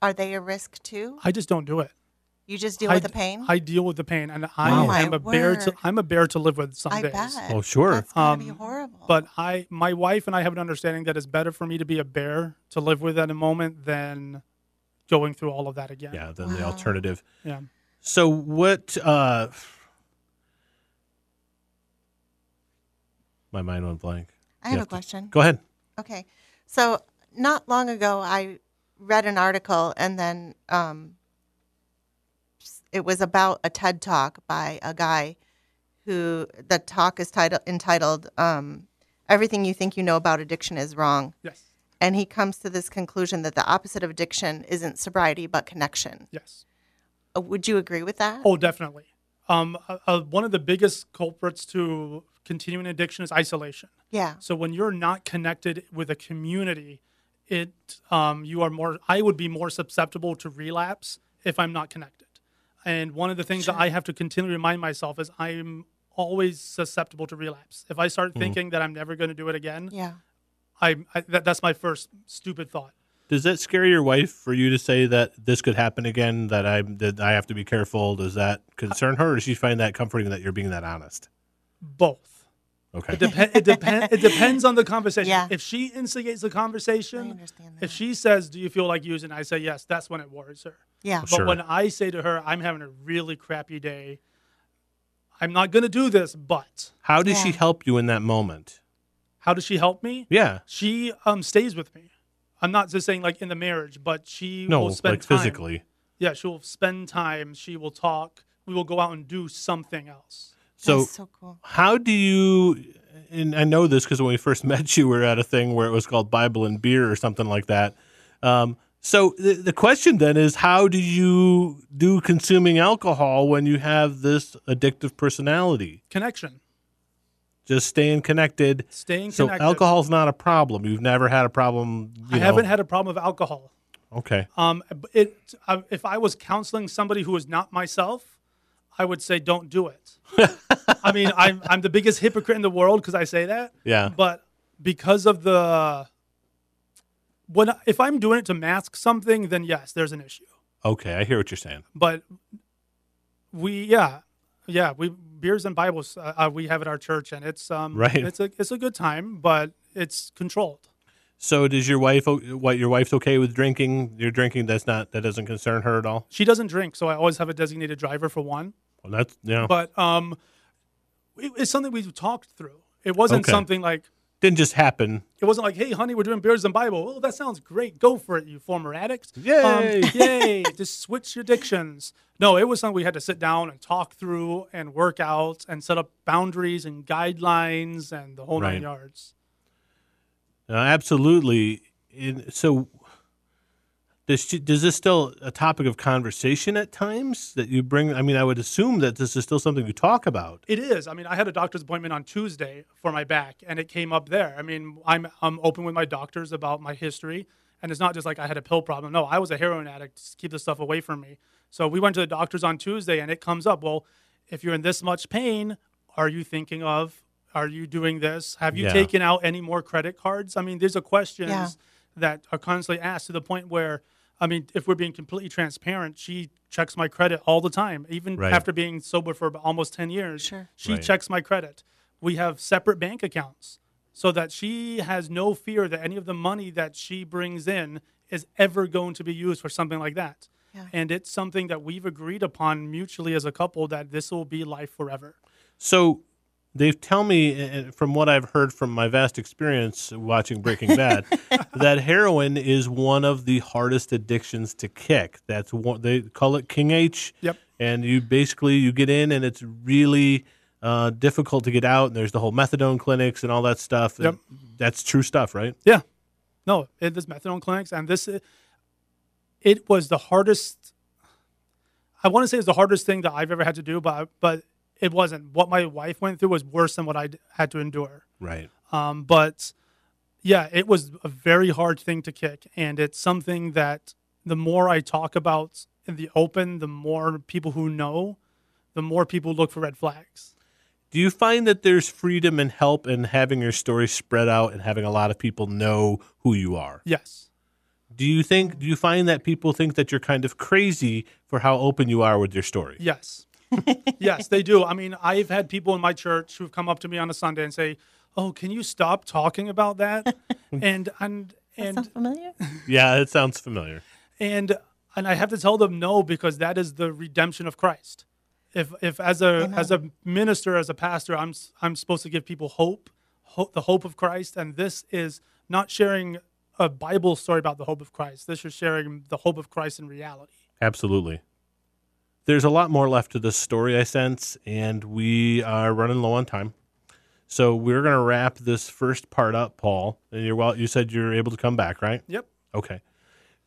Speaker 4: are they a risk too?
Speaker 5: I just don't do it.
Speaker 4: You just deal
Speaker 5: I
Speaker 4: with the
Speaker 5: d-
Speaker 4: pain.
Speaker 5: I deal with the pain, and
Speaker 4: Oh,
Speaker 5: I
Speaker 4: my
Speaker 5: am a bear to
Speaker 4: word.
Speaker 5: I'm a bear to live with some
Speaker 4: I
Speaker 5: days.
Speaker 4: bet.
Speaker 2: Oh, sure.
Speaker 4: That's gonna be
Speaker 5: Um,
Speaker 4: horrible.
Speaker 5: But I, my wife and I have an understanding that it's better for me to be a bear to live with at a moment than going through all of that again.
Speaker 2: Yeah. Then the alternative.
Speaker 5: Yeah.
Speaker 2: So what? uh My mind went blank.
Speaker 4: I
Speaker 2: You
Speaker 4: have a
Speaker 2: to-
Speaker 4: question.
Speaker 2: Go ahead.
Speaker 4: Okay. So, not long ago, I read an article and then um, it was about a TED talk by a guy who the talk is titled entitled um, "Everything You Think You Know About Addiction Is Wrong,"
Speaker 5: Yes.
Speaker 4: and he comes to this conclusion that the opposite of addiction isn't sobriety but connection.
Speaker 5: Yes.
Speaker 4: Uh, Would you agree with that?
Speaker 5: Oh, definitely. Um, uh, uh, one of the biggest culprits to continuing addiction is isolation.
Speaker 4: Yeah.
Speaker 5: So when you're not connected with a community, it um, you are more. I would be more susceptible to relapse if I'm not connected. And one of the things that I have to continually remind myself is I'm always susceptible to relapse. If I start thinking that I'm never going to do it again,
Speaker 4: Mm-hmm. Yeah.
Speaker 5: I, I that, that's my first stupid thought.
Speaker 2: Does that scare your wife for you to say that this could happen again? That I that I have to be careful. Does that concern her, or does she find that comforting that you're being that honest?
Speaker 5: Both.
Speaker 2: Okay.
Speaker 5: It, depen- it, depen- it depends on the conversation.
Speaker 4: Yeah.
Speaker 5: If she instigates the
Speaker 4: I
Speaker 5: conversation,
Speaker 4: understand that.
Speaker 5: if she says, "Do you feel like using?" I say yes. That's when it worries her.
Speaker 4: yeah.
Speaker 2: Sure.
Speaker 5: But when I say to her, "I'm having a really crappy day," I'm not going to do this. But
Speaker 2: How did
Speaker 4: Yeah.
Speaker 2: she help you in that moment?
Speaker 5: how does she help me?
Speaker 2: Yeah.
Speaker 5: She um stays with me. I'm not just saying like in the marriage, but she
Speaker 2: No,
Speaker 5: will spend
Speaker 2: like
Speaker 5: time.
Speaker 2: physically.
Speaker 5: Yeah, she will spend time. She will talk. We will go out and do something else.
Speaker 2: So
Speaker 4: That's so cool.
Speaker 2: how do you? And I know this because when we first met you, we were at a thing where it was called Bible and Beer or something like that. Um, so the, the question then is, how do you do consuming alcohol when you have this addictive personality?
Speaker 5: Connection,
Speaker 2: Just staying connected.
Speaker 5: staying
Speaker 2: So
Speaker 5: connected.
Speaker 2: alcohol's not a problem. You've never had a problem. You
Speaker 5: I haven't
Speaker 2: know.
Speaker 5: had a problem with alcohol.
Speaker 2: Okay.
Speaker 5: Um, b- it, I, if I was counseling somebody who is not myself, I would say don't do it. I mean, I'm, I'm the biggest hypocrite in the world because I say that.
Speaker 2: Yeah.
Speaker 5: But because of the when I- if I'm doing it to mask something, then yes, there's an issue.
Speaker 2: Okay. I hear what you're saying.
Speaker 5: But we, yeah, yeah, we beers and Bibles uh, uh, we have at our church, and it's um,
Speaker 2: Right.
Speaker 5: It's a it's a good time, but it's controlled.
Speaker 2: So does your wife? o- What your wife's okay with drinking? You're drinking. That's not. That doesn't concern her at all.
Speaker 5: She doesn't drink, so I always have a designated driver for one.
Speaker 2: Well, that's yeah.
Speaker 5: but um, it, it's something we talked through. It wasn't
Speaker 2: Okay.
Speaker 5: something like
Speaker 2: Didn't just happen.
Speaker 5: it wasn't like, hey, honey, we're doing beers and Bible. Oh, that sounds great. Go for it, you former addict.
Speaker 2: Yay.
Speaker 5: um, yay! Just switch your addictions. No, it was something we had to sit down and talk through and work out and set up boundaries and guidelines and the whole
Speaker 2: Right.
Speaker 5: nine yards.
Speaker 2: Uh, absolutely. In, so does she, does this still a topic of conversation at times that you bring? I mean, I would assume that this is still something you talk about.
Speaker 5: It is. I mean, I had a doctor's appointment on Tuesday for my back, and it came up there. I mean, I'm I'm open with my doctors about my history, and it's not just like I had a pill problem. No, I was a heroin addict. Just keep this stuff away from me. So we went to the doctors on Tuesday, and it comes up. Well, if you're in this much pain, are you thinking of? Are you doing this? Have you
Speaker 2: Yeah.
Speaker 5: taken out any more credit cards? I mean, these are questions
Speaker 4: Yeah.
Speaker 5: that are constantly asked to the point where, I mean, if we're being completely transparent, she checks my credit all the time, even
Speaker 2: Right.
Speaker 5: after being sober for about almost 10 years.
Speaker 4: Sure.
Speaker 5: She
Speaker 2: Right.
Speaker 5: checks my credit. We have separate bank accounts so that she has no fear that any of the money that she brings in is ever going to be used for something like that.
Speaker 4: Yeah.
Speaker 5: And it's something that we've agreed upon mutually as a couple that this will be life forever.
Speaker 2: So they tell me, uh, from what I've heard from my vast experience watching Breaking Bad, that heroin is one of the hardest addictions to kick. That's one they call it King H.
Speaker 5: Yep.
Speaker 2: And you basically you get in, and it's really uh, difficult to get out. And there's the whole methadone clinics and all that stuff.
Speaker 5: Yep.
Speaker 2: That's true stuff, right?
Speaker 5: Yeah. No, it is methadone clinics, and this uh, it was the hardest. I want to say it's the hardest thing that I've ever had to do, but but it wasn't. What my wife went through was worse than what I d- had to endure.
Speaker 2: Right.
Speaker 5: Um, but yeah, it was a very hard thing to kick, and it's something that the more I talk about in the open, the more people who know, the more people look for red flags.
Speaker 2: Do you find that there's freedom and help in having your story spread out and having a lot of people know who you are?
Speaker 5: Yes.
Speaker 2: Do you think do you find that people think that you're kind of crazy for how open you are with your story?
Speaker 5: Yes. yes, they do. I mean, I've had people in my church who've come up to me on a Sunday and say, "Oh, can you stop talking about that?" and and
Speaker 4: Sound
Speaker 5: and
Speaker 4: familiar?
Speaker 2: Yeah, it sounds familiar.
Speaker 5: and and I have to tell them no because that is the redemption of Christ. If if as a as a minister as a pastor, I'm s- I'm supposed to give people hope, hope the hope of Christ, and this is not sharing a Bible story about the hope of Christ. This is sharing the hope of Christ in reality.
Speaker 2: Absolutely. There's a lot more left to this story, I sense, and we are running low on time. So we're going to wrap this first part up, Paul. And you're well. You said you're able to come back, right?
Speaker 5: Yep.
Speaker 2: Okay.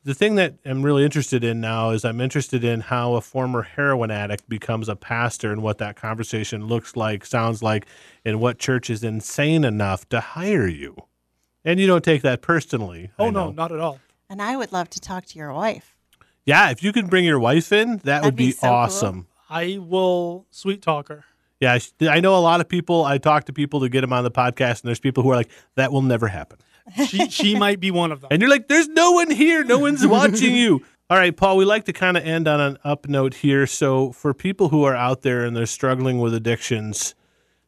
Speaker 2: The thing that I'm really interested in now is I'm interested in how a former heroin addict becomes a pastor and what that conversation looks like, sounds like, and what church is insane enough to hire you. And you don't take that personally. I
Speaker 5: Oh no,
Speaker 2: know.
Speaker 5: not at all.
Speaker 4: And I would love to talk to your wife.
Speaker 2: Yeah, if you could bring your wife in, that would be,
Speaker 4: be so cool.
Speaker 2: awesome.
Speaker 5: I will sweet talk her.
Speaker 2: Yeah, sh- I know a lot of people. I talk to people to get them on the podcast, and there's people who are like, "That will never happen,"
Speaker 5: She she might be one of them.
Speaker 2: and you're like, "There's no one here. No one's watching you." All right, Paul. We like to kind of end on an up note here. So for people who are out there and they're struggling with addictions,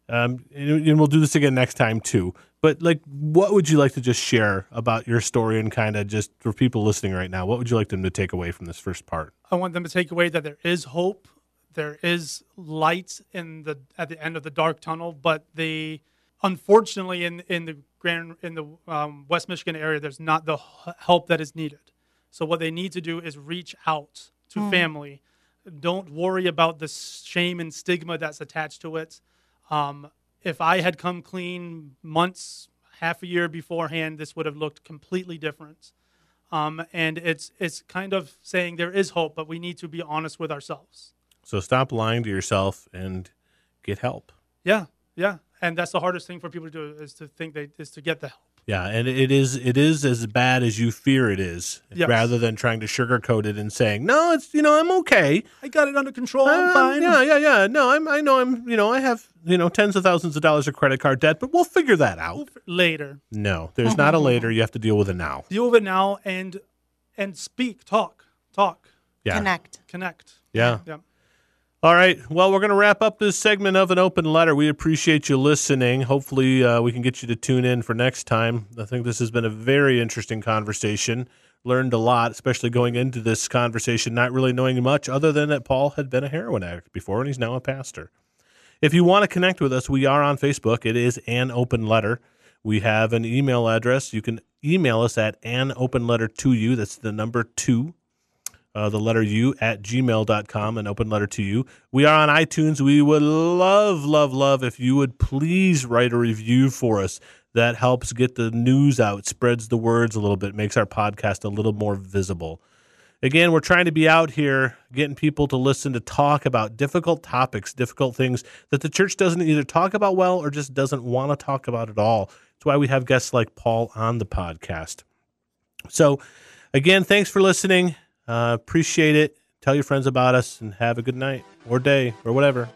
Speaker 2: um, and, and we'll do this again next time too. But like, what would you like to just share about your story and kind of just for people listening right now? What would you like them to take away from this first part?
Speaker 5: I want them to take away that there is hope, there is light in the at the end of the dark tunnel, but they unfortunately in in the grand in the um, West Michigan area, there's not the h- help that is needed. So what they need to do is reach out to family. Don't worry about the shame and stigma that's attached to it. Um, if I had come clean months, half a year beforehand, this would have looked completely different um, and it's it's kind of saying there is hope, but we need to be honest with ourselves.
Speaker 2: So stop lying to yourself and get help.
Speaker 5: Yeah, yeah, and that's the hardest thing for people to do is to think they is to get the help.
Speaker 2: Yeah, and it is it is as bad as you fear it is,
Speaker 5: Yes.
Speaker 2: rather than trying to sugarcoat it and saying no, it's you know I'm okay,
Speaker 5: I got it under control.
Speaker 2: Um,
Speaker 5: I'm fine.
Speaker 2: yeah, yeah, yeah. No, I'm I know I'm you know I have you know tens of thousands of dollars of credit card debt, but we'll figure that out.
Speaker 5: Later,
Speaker 2: No, there's not a later. You have to deal with it now.
Speaker 5: deal with it now, and and speak, talk, talk,
Speaker 2: Yeah,
Speaker 4: Connect.
Speaker 5: connect.
Speaker 2: yeah.
Speaker 5: Yeah.
Speaker 2: All right. Well, we're going to wrap up this segment of an open letter. We appreciate you listening. Hopefully, uh, we can get you to tune in for next time. I think this has been a very interesting conversation. Learned a lot, especially going into this conversation, not really knowing much other than that Paul had been a heroin addict before and he's now a pastor. If you want to connect with us, we are on Facebook. It is an open letter. We have an email address. You can email us at an open letter to you. That's the number two uh, the letter U at gmail.com, an open letter to you. We are on iTunes. We would love, love, love if you would please write a review for us. That helps get the news out, spreads the words a little bit, makes our podcast a little more visible. Again, we're trying to be out here getting people to listen to talk about difficult topics, difficult things that the church doesn't either talk about well or just doesn't want to talk about at all. That's why we have guests like Paul on the podcast. So, again, thanks for listening. Uh, appreciate it. Tell your friends about us and have a good night or day or whatever.